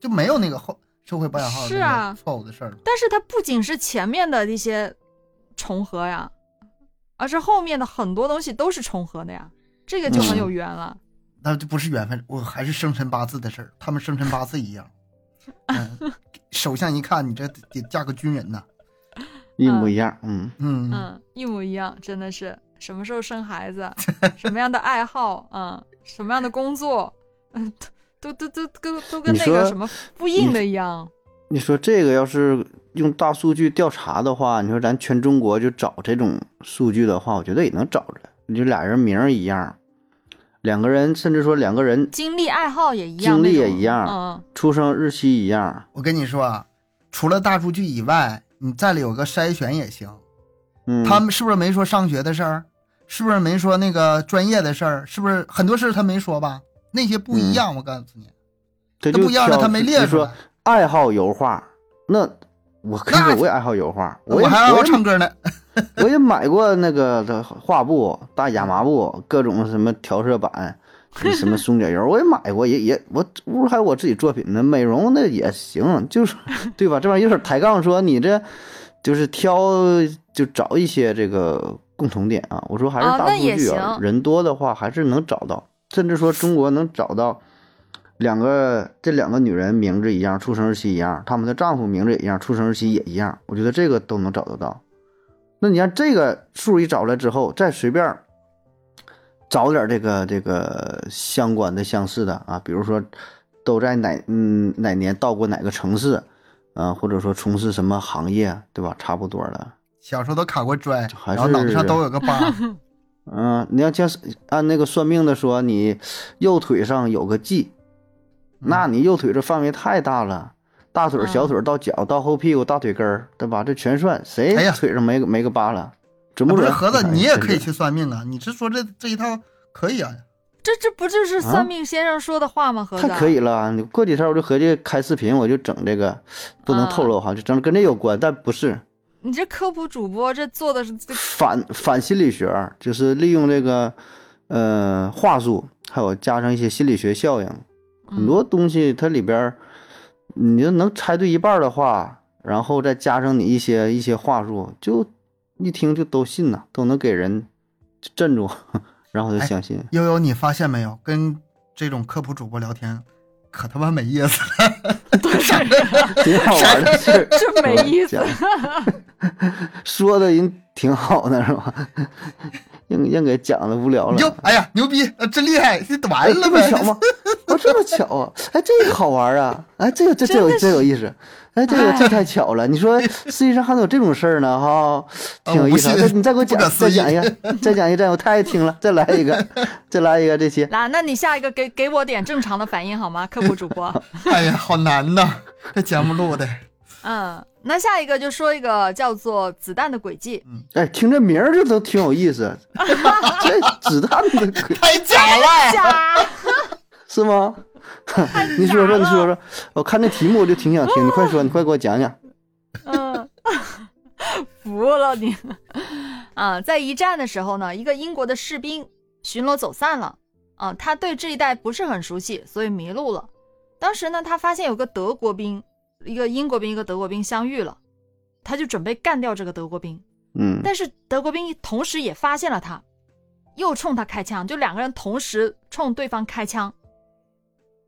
就没有那个后社会保险号
是
那个
啊
错误的事儿了。
但是它不仅是前面的一些重合呀，而是后面的很多东西都是重合的呀，这个就很有缘了。
那就不是缘分，我还是生辰八字的事儿，他们生辰八字一样。嗯，
(laughs)
首相一看你这得得嫁个军人呐，
一模一样，嗯
嗯，
嗯，一模一样，真的是什么时候生孩子， (laughs) 什么样的爱好，嗯，什么样的工作，嗯，都都都都都跟
你
那
说
个什么复印的一样。
你说这个要是用大数据调查的话，你说咱全中国就找这种数据的话，我觉得也能找着。你就俩人名儿一样，两个人甚至说两个人
经历爱好也一样，
经历也
那种
一样
嗯，
出生日期一样，
我跟你说啊，除了大数据以外，你再有个筛选也行。
嗯，
他们是不是没说上学的事儿？是不是没说那
嗯
个专业的事儿？是不是很多事儿他没说吧？那些不一样，我告诉你，
这
这
就
不一样了
挑
他没列
你
出
说
来
爱好油画，那我跟你
那
说我也爱好油画，
我
也
还要
我也
唱歌呢。
(laughs)
我也买过那个的画布、大亚麻布、各种什么调色板、什么松节油，我也买过，也也我屋还有我自己作品呢。美容那也行，就是对吧？这玩意儿有点抬杠说，你这就是挑就找一些这个共同点啊。我说还是
啊
大
那
数
也
据啊，
行
人多的话还是能找到，甚至说中国能找到。两个这两个女人名字一样，出生日期一样，她们的丈夫名字也一样，出生日期也一样。我觉得这个都能找得到。那你看这个数一找来之后，再随便儿找点儿这个这个相关的相似的啊，比如说都在哪嗯哪年到过哪个城市啊、或者说从事什么行业，啊对吧？差不多了。
小时候都卡过砖，
还
然后脑袋上
是
都有个疤。
嗯，你要像是按那个算命的说，你右腿上有个忌，
嗯
那你右腿这范围太大了，大腿儿、小腿儿到脚到后屁股、大腿根儿，对吧？这全算，谁
哎呀
腿上没个没个疤了？准 (laughs)
啊
不哎
不是
准？
盒子，
看
你也
真
可以
准
去算命啊！你是说这这一套可以啊？
这这不就是
啊
算命先生说的话吗？盒子
太啊可以了！你过几天我就合计开视频，我就整这个，不能透露哈，就整跟这有关，但不是
你这科普主播这做的是
(laughs)
这
反反心理学儿，就是利用这个呃话术，还有加上一些心理学效应，很多东西它里边儿，你就能猜对一半儿的话，然后再加上你一些一些话术，就一听就都信呐，都能给人镇住， (laughs) 然后就
哎
相信。 (laughs)
悠悠，你发现没有？跟这种科普主播聊天，可他妈没意思了。
对，
挺好玩的事儿，
这 (laughs) 没意思
嗯。 (laughs) 说的人挺好的是吧？ (laughs) 硬硬给讲的无聊
你就
了。
哎呀，牛逼，呃真厉害，这完
哎，
了
这么
呗！
巧
(laughs)
吗？哦，这么巧啊！哎，这个好玩啊！哎，这个这这
真
有
的
这有意思！哎，这个
哎
这太巧了！你
(laughs)
说世界上还能有这种事儿呢？哈，挺有意思
我
啊。
不信
再你再给我讲，
不可
再
思议
讲一个，
(laughs)
再讲一个，我太爱听了。再来一个，再来一个，这些
来，那你下一个给给我点正常的反应好吗？科普主播，
哎呀，好难呐，这节目
(laughs)
录的。
嗯，那下一个就说一个叫做《子弹的轨迹
哎，听这名儿就都挺有
(laughs)
意思。这子弹的鬼
太假了，》
假，
是吗？ (laughs) 你说说，你说说，我看这题目我就
哦
挺想听，你快说，你快给我讲讲。
嗯，服了你。 (laughs) 啊，在一战的时候呢，一个英国的士兵巡逻走散了，啊，他对这一带不是很熟悉，所以迷路了。当时呢，他发现有个德国兵，一个英国兵，一个德国兵相遇了，他就准备干掉这个德国兵。
嗯，
但是德国兵同时也发现了他，又冲他开枪，就两个人同时冲对方开枪。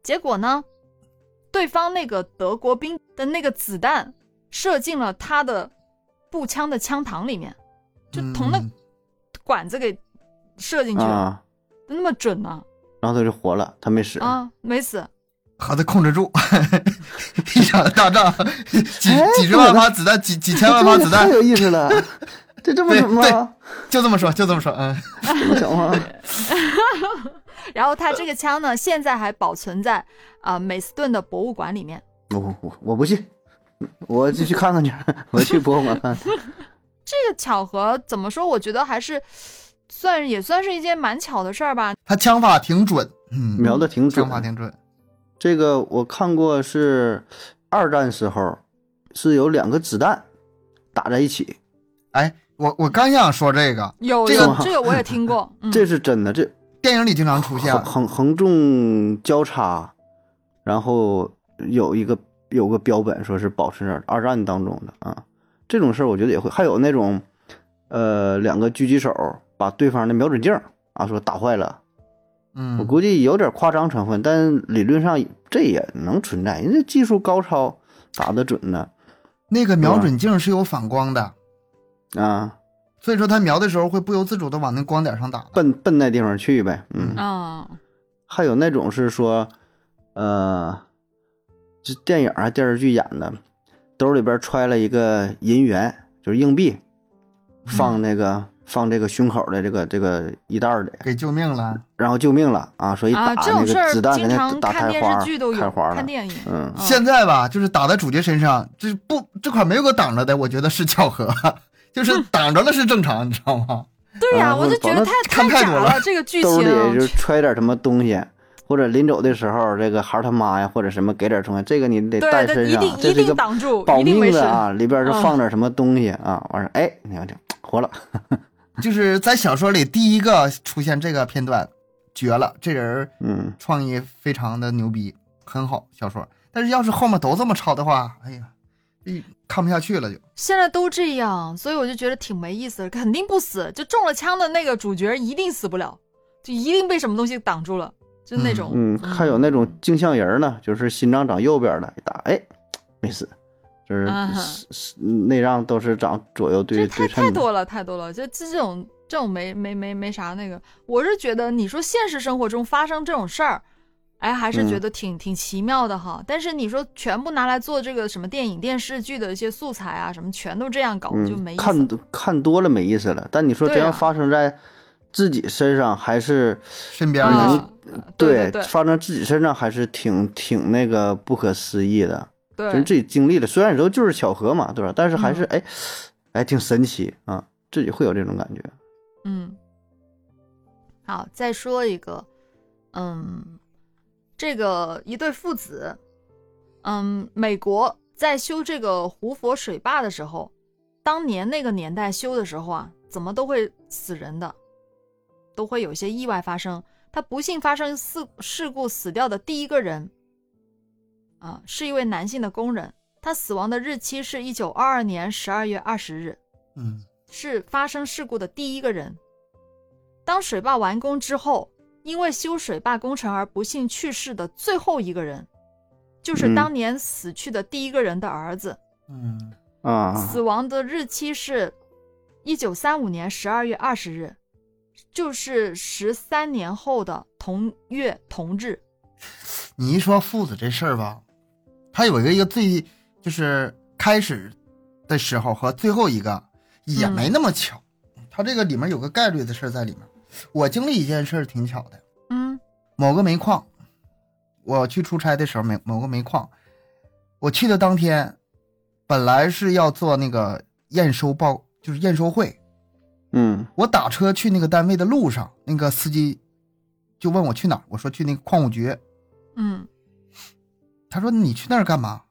结果呢，对方那个德国兵的那个子弹射进了他的步枪的枪膛里面，就同那
嗯
管子给射进去了，
啊，
那么准呢、
然后他就活了，他没死。
啊？没死。
盒子控制住， (laughs) 一场大仗，几
哎
几十万发子弹，几几千万发
这
子
个
弹
太，有意思
(laughs)
了，这这么
对
整吗？
就这么说，就这么说，嗯，
这么整吗？
然后他这个枪呢，现在还保存在啊、呃美斯顿的博物馆里面。
我我我我不信，我就去看看去， (laughs) 我去博
(laughs)
物馆看看。
这个巧合怎么说？我觉得还是算也算是一件蛮巧的事儿吧。
他枪法挺准，嗯，
瞄的挺准
枪，法挺准，
这个我看过是二战时候，是有两个子弹打在一起，
哎，我我刚想说这个，
有
这
有
个
这个我也听
(laughs)
过，嗯、
这是真的，这
电影里经常出现
横，横横纵交叉，然后有一个有个标本，说是保持着二战当中的啊，这种事儿我觉得也会，还有那种呃两个狙击手把对方的瞄准镜儿啊说打坏了，
嗯，
我估计有点夸张成分，但理论上这也能存在，人家技术高超，打得准呢
那个瞄准镜是有反光的，
啊，
所以说他瞄的时候会不由自主的往那光点上打。
奔奔那地方去呗，嗯。
啊，
还有那种是说，呃，这电影啊电视剧演的，兜里边揣了一个银元，就是硬币，
嗯
放那个、放这个胸口的这个这个衣袋里，
给救命了！
然后救命了啊！所以打
啊，这种
那
事
个
儿
子弹给
经
他
常
打
看
开
电
花
视剧都
儿，开
有，
花
看
了。
电影。
嗯
嗯
现在吧，就是打在主角身上，这不这块没有个挡着的，我觉得是巧合， (laughs) 就是挡着了是正常，你知道吗？
对呀、
啊
我就觉
完了
得太
看太
假
多了
这个剧
兜里
情
就揣点什么东西，或者临走的时候，这个孩儿他妈呀，或者什么给点东西，这个你得带
对对，
身
一
上，
定
这
一
是一
定
个
挡住，
保
一定
命
没事
的。啊，里边是
嗯
放点什么东西啊，完事儿哎，你看这活了，
(laughs) 就是在小说里第一个出现这个片段，绝了！这人儿
嗯，
创意非常的牛逼，很好小说。但是要是后面都这么抄的话，哎呀，一看不下去了就。
现在都这样，所以我就觉得挺没意思的，肯定不死。就中了枪的那个主角一定死不了，就一定被什么东西挡住了，就那种。
嗯，还有那种镜像人儿呢，就是心脏长右边儿的，一打哎没死，就是
啊哈
是是内脏都是长左右对
这
对
太
称
太
的。
多了，太多了，就这这种这种没没没没啥那个。我是觉得你说现实生活中发生这种事儿，哎，还是
嗯
觉得挺、挺奇妙的哈。但是你说全部拿来做这个什么电影电视剧的一些素材啊，什么全都这样搞，就没
嗯，
意思
看
了。
多看多了没意思了。但你说
对
真要
啊
发生在自己身上，还是
身边
嗯
人
啊
能，
对对
发生自己身上还是挺挺那个不可思议的。
对，嗯
就是自己经历了，虽然你都就是巧合嘛，对吧？但是还是哎哎挺神奇啊，自己会有这种感觉。
嗯，好，再说一个，嗯，这个一对父子，嗯，美国在修这个胡佛水坝的时候，当年那个年代修的时候啊，怎么都会死人的，都会有一些意外发生。他不幸发生事事故死掉的第一个人，啊，是一位男性的工人，他死亡的日期是一九二二年十二月二十日。
嗯，
是发生事故的第一个人。当水坝完工之后，因为修水坝工程而不幸去世的最后一个人，就是
嗯
当年死去的第一个人的儿子。
嗯，
啊，
死亡的日期是一九三五年十二月二十日，就是十三年后的同月同日。
你一说父子这事儿吧，他有一个一个最就是开始的时候和最后一个也没那么巧，他这个里面有个概率的事儿在里面。我经历一件事儿挺巧的，
嗯
某个煤矿，我去出差的时候，某某个煤矿，我去的当天，本来是要做那个验收报，就是验收会。
嗯 (laughs)
我打车去那个单位的路上，那个司机就问我去哪儿，我说去那个矿务局。
嗯
他说你去那儿干嘛？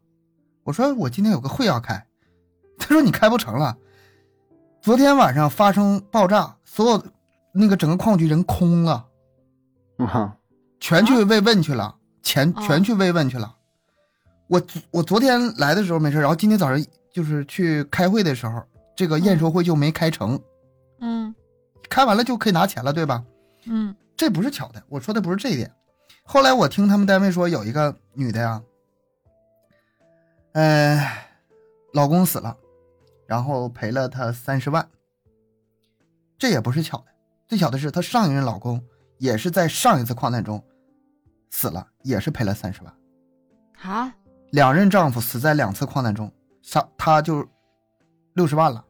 我说我今天有个会要开。他说你开不成了，昨天晚上发生爆炸，所有那个整个矿务局人空了。
啊，
全去慰问去了，全
哦
全去慰问去了。我昨我昨天来的时候没事，然后今天早上就是去开会的时候，这个验收会就没开成，
嗯
开完了就可以拿钱了，对吧？
嗯
这不是巧的，我说的不是这一点。后来我听他们单位说有一个女的呀，呃，老公死了，然后赔了她三十万，这也不是巧的。最巧的是她上一任老公也是在上一次矿难中死了，也是赔了三十万。
啊
两任丈夫死在两次矿难中，上她就六十万了。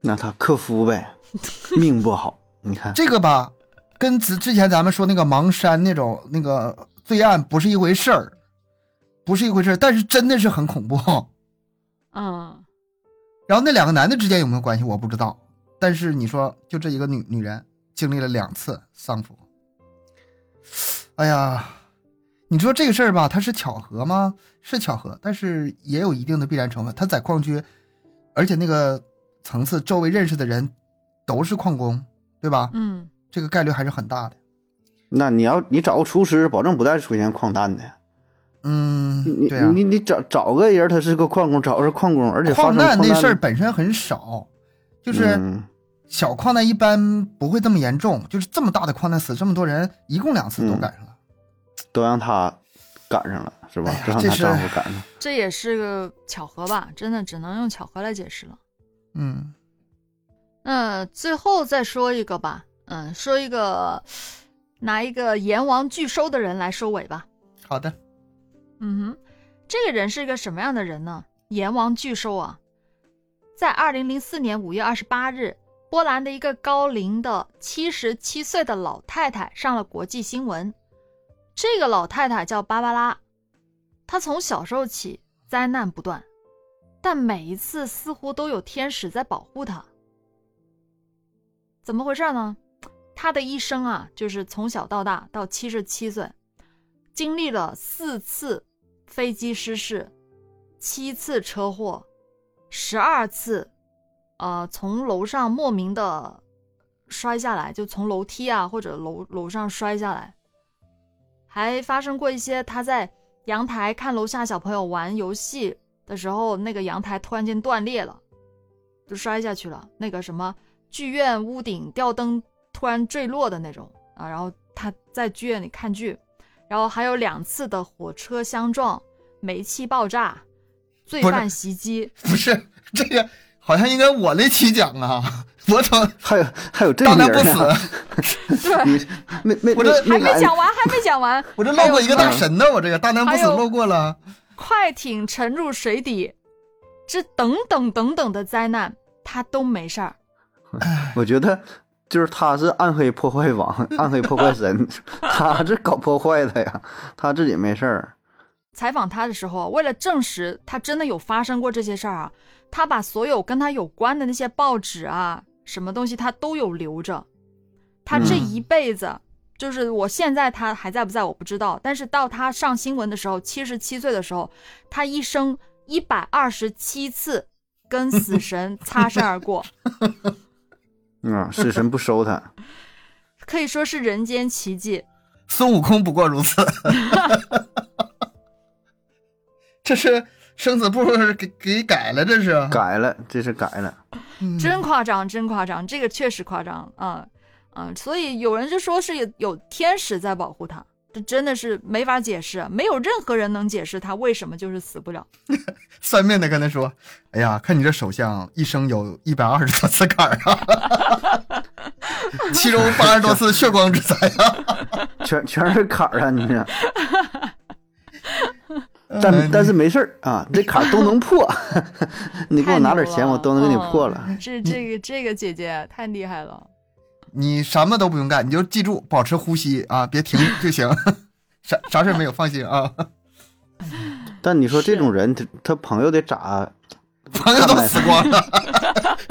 那他克夫呗， (laughs) 命不好，你看，
这个吧，跟之之前咱们说那个盲山那种那个罪案不是一回事儿，不是一回事儿，但是真的是很恐怖。 (laughs)
嗯
然后那两个男的之间有没有关系我不知道，但是你说就这一个女女人经历了两次丧夫，哎呀，你说这个事儿吧，它是巧合吗？是巧合，但是也有一定的必然成分。他在矿区，而且那个层次周围认识的人都是矿工，对吧？
嗯
这个概率还是很大的。
那你要你找个厨师，保证不带出现矿难的。
嗯，
你
对啊，
你你找找个人，他是个矿工，找个是矿工，而且发
矿
生
难那
难
事儿本身很少，就是
嗯
小矿难一般不会这么严重，就是这么大的矿难死这么多人，一共两次都
嗯
赶上了。
都让他赶上了，是吧
哎呀？
都让
这
她
是
丈夫赶上。
这也是个巧合吧？真的只能用巧合来解释了。
嗯，
嗯，最后再说一个吧，嗯，说一个拿一个阎王拒收的人来收尾吧。
好的，
嗯哼，这个人是一个什么样的人呢？阎王拒收啊，在二零零四年五月二十八日，波兰的一个高龄的七十七岁的老太太上了国际新闻。这个老太太叫芭芭拉，她从小时候起灾难不断，但每一次似乎都有天使在保护她。怎么回事呢？她的一生啊，就是从小到大到七十七岁，经历了四次飞机失事、七次车祸、十二次，呃，从楼上莫名的摔下来，就从楼梯啊或者楼楼上摔下来，还发生过一些他在阳台看楼下小朋友玩游戏的时候，那个阳台突然间断裂了，就摔下去了，那个什么剧院屋顶吊灯突然坠落的那种啊，然后他在剧院里看剧。然后还有两次的火车相撞、煤气爆炸、罪
不是
犯袭击，
不是这个，好像应该我那期讲啊，我怎么
还有还有这
大
名
难不
儿呢？
死？
对，
(laughs) 你没没
我这
还
没
没讲完， (laughs) 还没讲完，
哎 (laughs) 我这漏过一个大神呢，我这个大难不
还
死
有
漏过了。
快艇沉入水底，这等等等等的灾难，他都没事儿。
我觉得就是他是暗黑破坏
(laughs)
王、暗黑破坏神，他是搞破坏的呀，他自己没事儿。
采访他的时候，为了证实他真的有发生过这些事儿啊，他把所有跟他有关的那些报纸啊，什么东西他都有留着。他这一辈子，就是我现在他还在不在我不知道，但是到他上新闻的时候，七十七岁的时候，他一生一百二十七次跟死神擦身而过，
嗯，死神不收
(laughs)
他，
可以说是人间奇迹。
孙悟空不过
(laughs)
如此。 (laughs) 这是生死簿给给改了，这是
改了，这是改了。
嗯
真夸张，真夸张，这个确实夸张啊啊、所以有人就说是有有天使在保护他，这真的是没法解释，没有任何人能解释他为什么就是死不了。
算命的跟他说：“哎呀，看你这手相，一生有一百二十多次坎儿啊， (laughs) 其中八十多次血光之灾啊。
全全是坎儿啊！你这，
嗯
但但是没事儿啊，这坎儿都能破。 (laughs) 你给我拿点钱，我都能给你
哦
破了。
嗯
这这
(laughs)
个这个姐姐太厉害了，
哎你什么都不用干，你就记住保持呼吸啊，别停就行。啥啥事儿没有，放心啊。
但你说
是
这种人，他他朋友得啊咋？
朋友都死光了，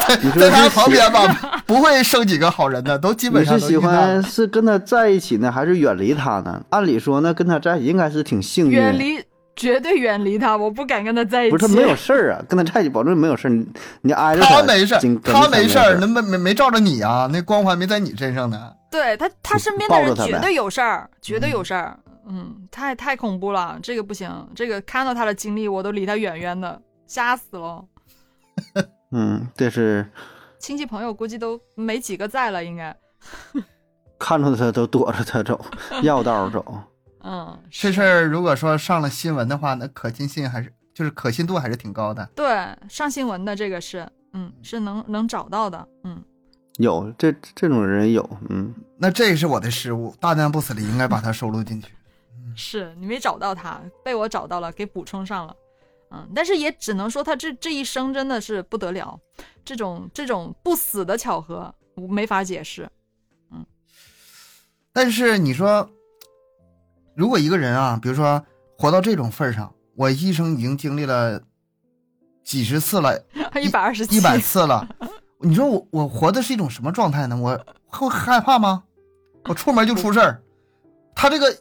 在
你说
在他
是
旁边吧，不会剩几个好人的，都基
你
本上
是
都
喜
遇到了
欢是跟他在一起呢，还是远离他呢？按理说呢，跟他在一起应该是挺幸运的。
远离绝对远离他，我不敢跟他在一起。
嗯不是他没有事儿啊，跟他在一起保证没有事儿。你你挨着
他没事儿
紧，跟着
他
他
没事儿，
儿
那。没没没照着你啊，那光环没在你身上呢。
对他他身边的
抱
人
着他呗
绝对有事儿，绝对有事儿。嗯，太太恐怖了，这个不行，这个看到他的经历我都离他远远的，吓死了。
嗯，这是
亲戚朋友估计都没几个在了，应该。
看着他都躲着他走， (laughs) 绕道儿走。
嗯，
这事儿如果说上了新闻的话，那可信性还是就是可信度还是挺高的。
对，上新闻的这个是，嗯，是能能找到的，嗯，
有这这种人有，嗯，
那这是我的失误，大难不死里应该把它收录进去。嗯
是你没找到他，被我找到了，给补充上了，嗯，但是也只能说他这这一生真的是不得了，这种这种不死的巧合我没法解释，
但是你说，如果一个人啊，比如说活到这种份儿上，我一生已经经历了几十次了，
一百二十七
(laughs) 一，百次了。你说我我活的是一种什么状态呢？我会害怕吗？我出门就出事儿。他这个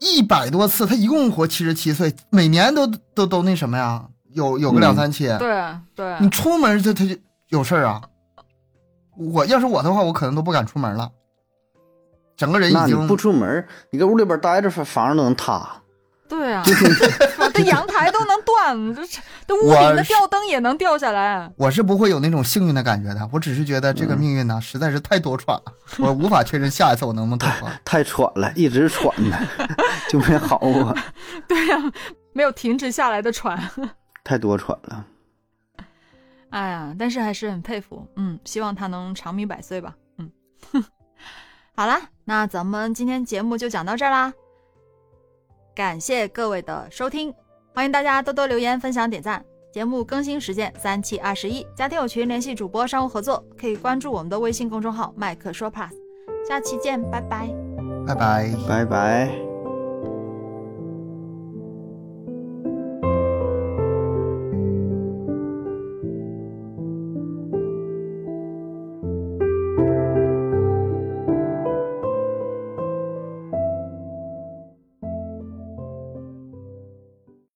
一百多次，他一共活七十七岁，每年都都都那什么呀，有有个两
嗯
三千。
对对，
你出门他他就有事儿啊。我要是我的话，我可能都不敢出门了。整个人
那你
已经
不出门儿，你搁屋里边儿待着，房房上都能塌。
对啊， (laughs) 我的阳台都能断，这这屋顶
我
的
是
吊灯也能掉下来，
我是不会有那种幸运的感觉的。我只是觉得这
嗯
个命运呢，实在是太多舛了，我无法确认下一次我能不能突破。
(laughs) 太喘了，一直喘呢， (laughs) 就没好过，
对呀、没有停止下来的船。
太多喘了。
哎呀，但是还是很佩服，嗯，希望他能长命百岁吧，嗯。 (laughs) 好啦，那咱们今天节目就讲到这儿啦，感谢各位的收听，欢迎大家多多留言、分享、点赞。节目更新时间三七二十一，加听友群联系主播商务合作，可以关注我们的微信公众号“麦克说 Plus”。下期见，拜拜。
拜拜。
拜拜。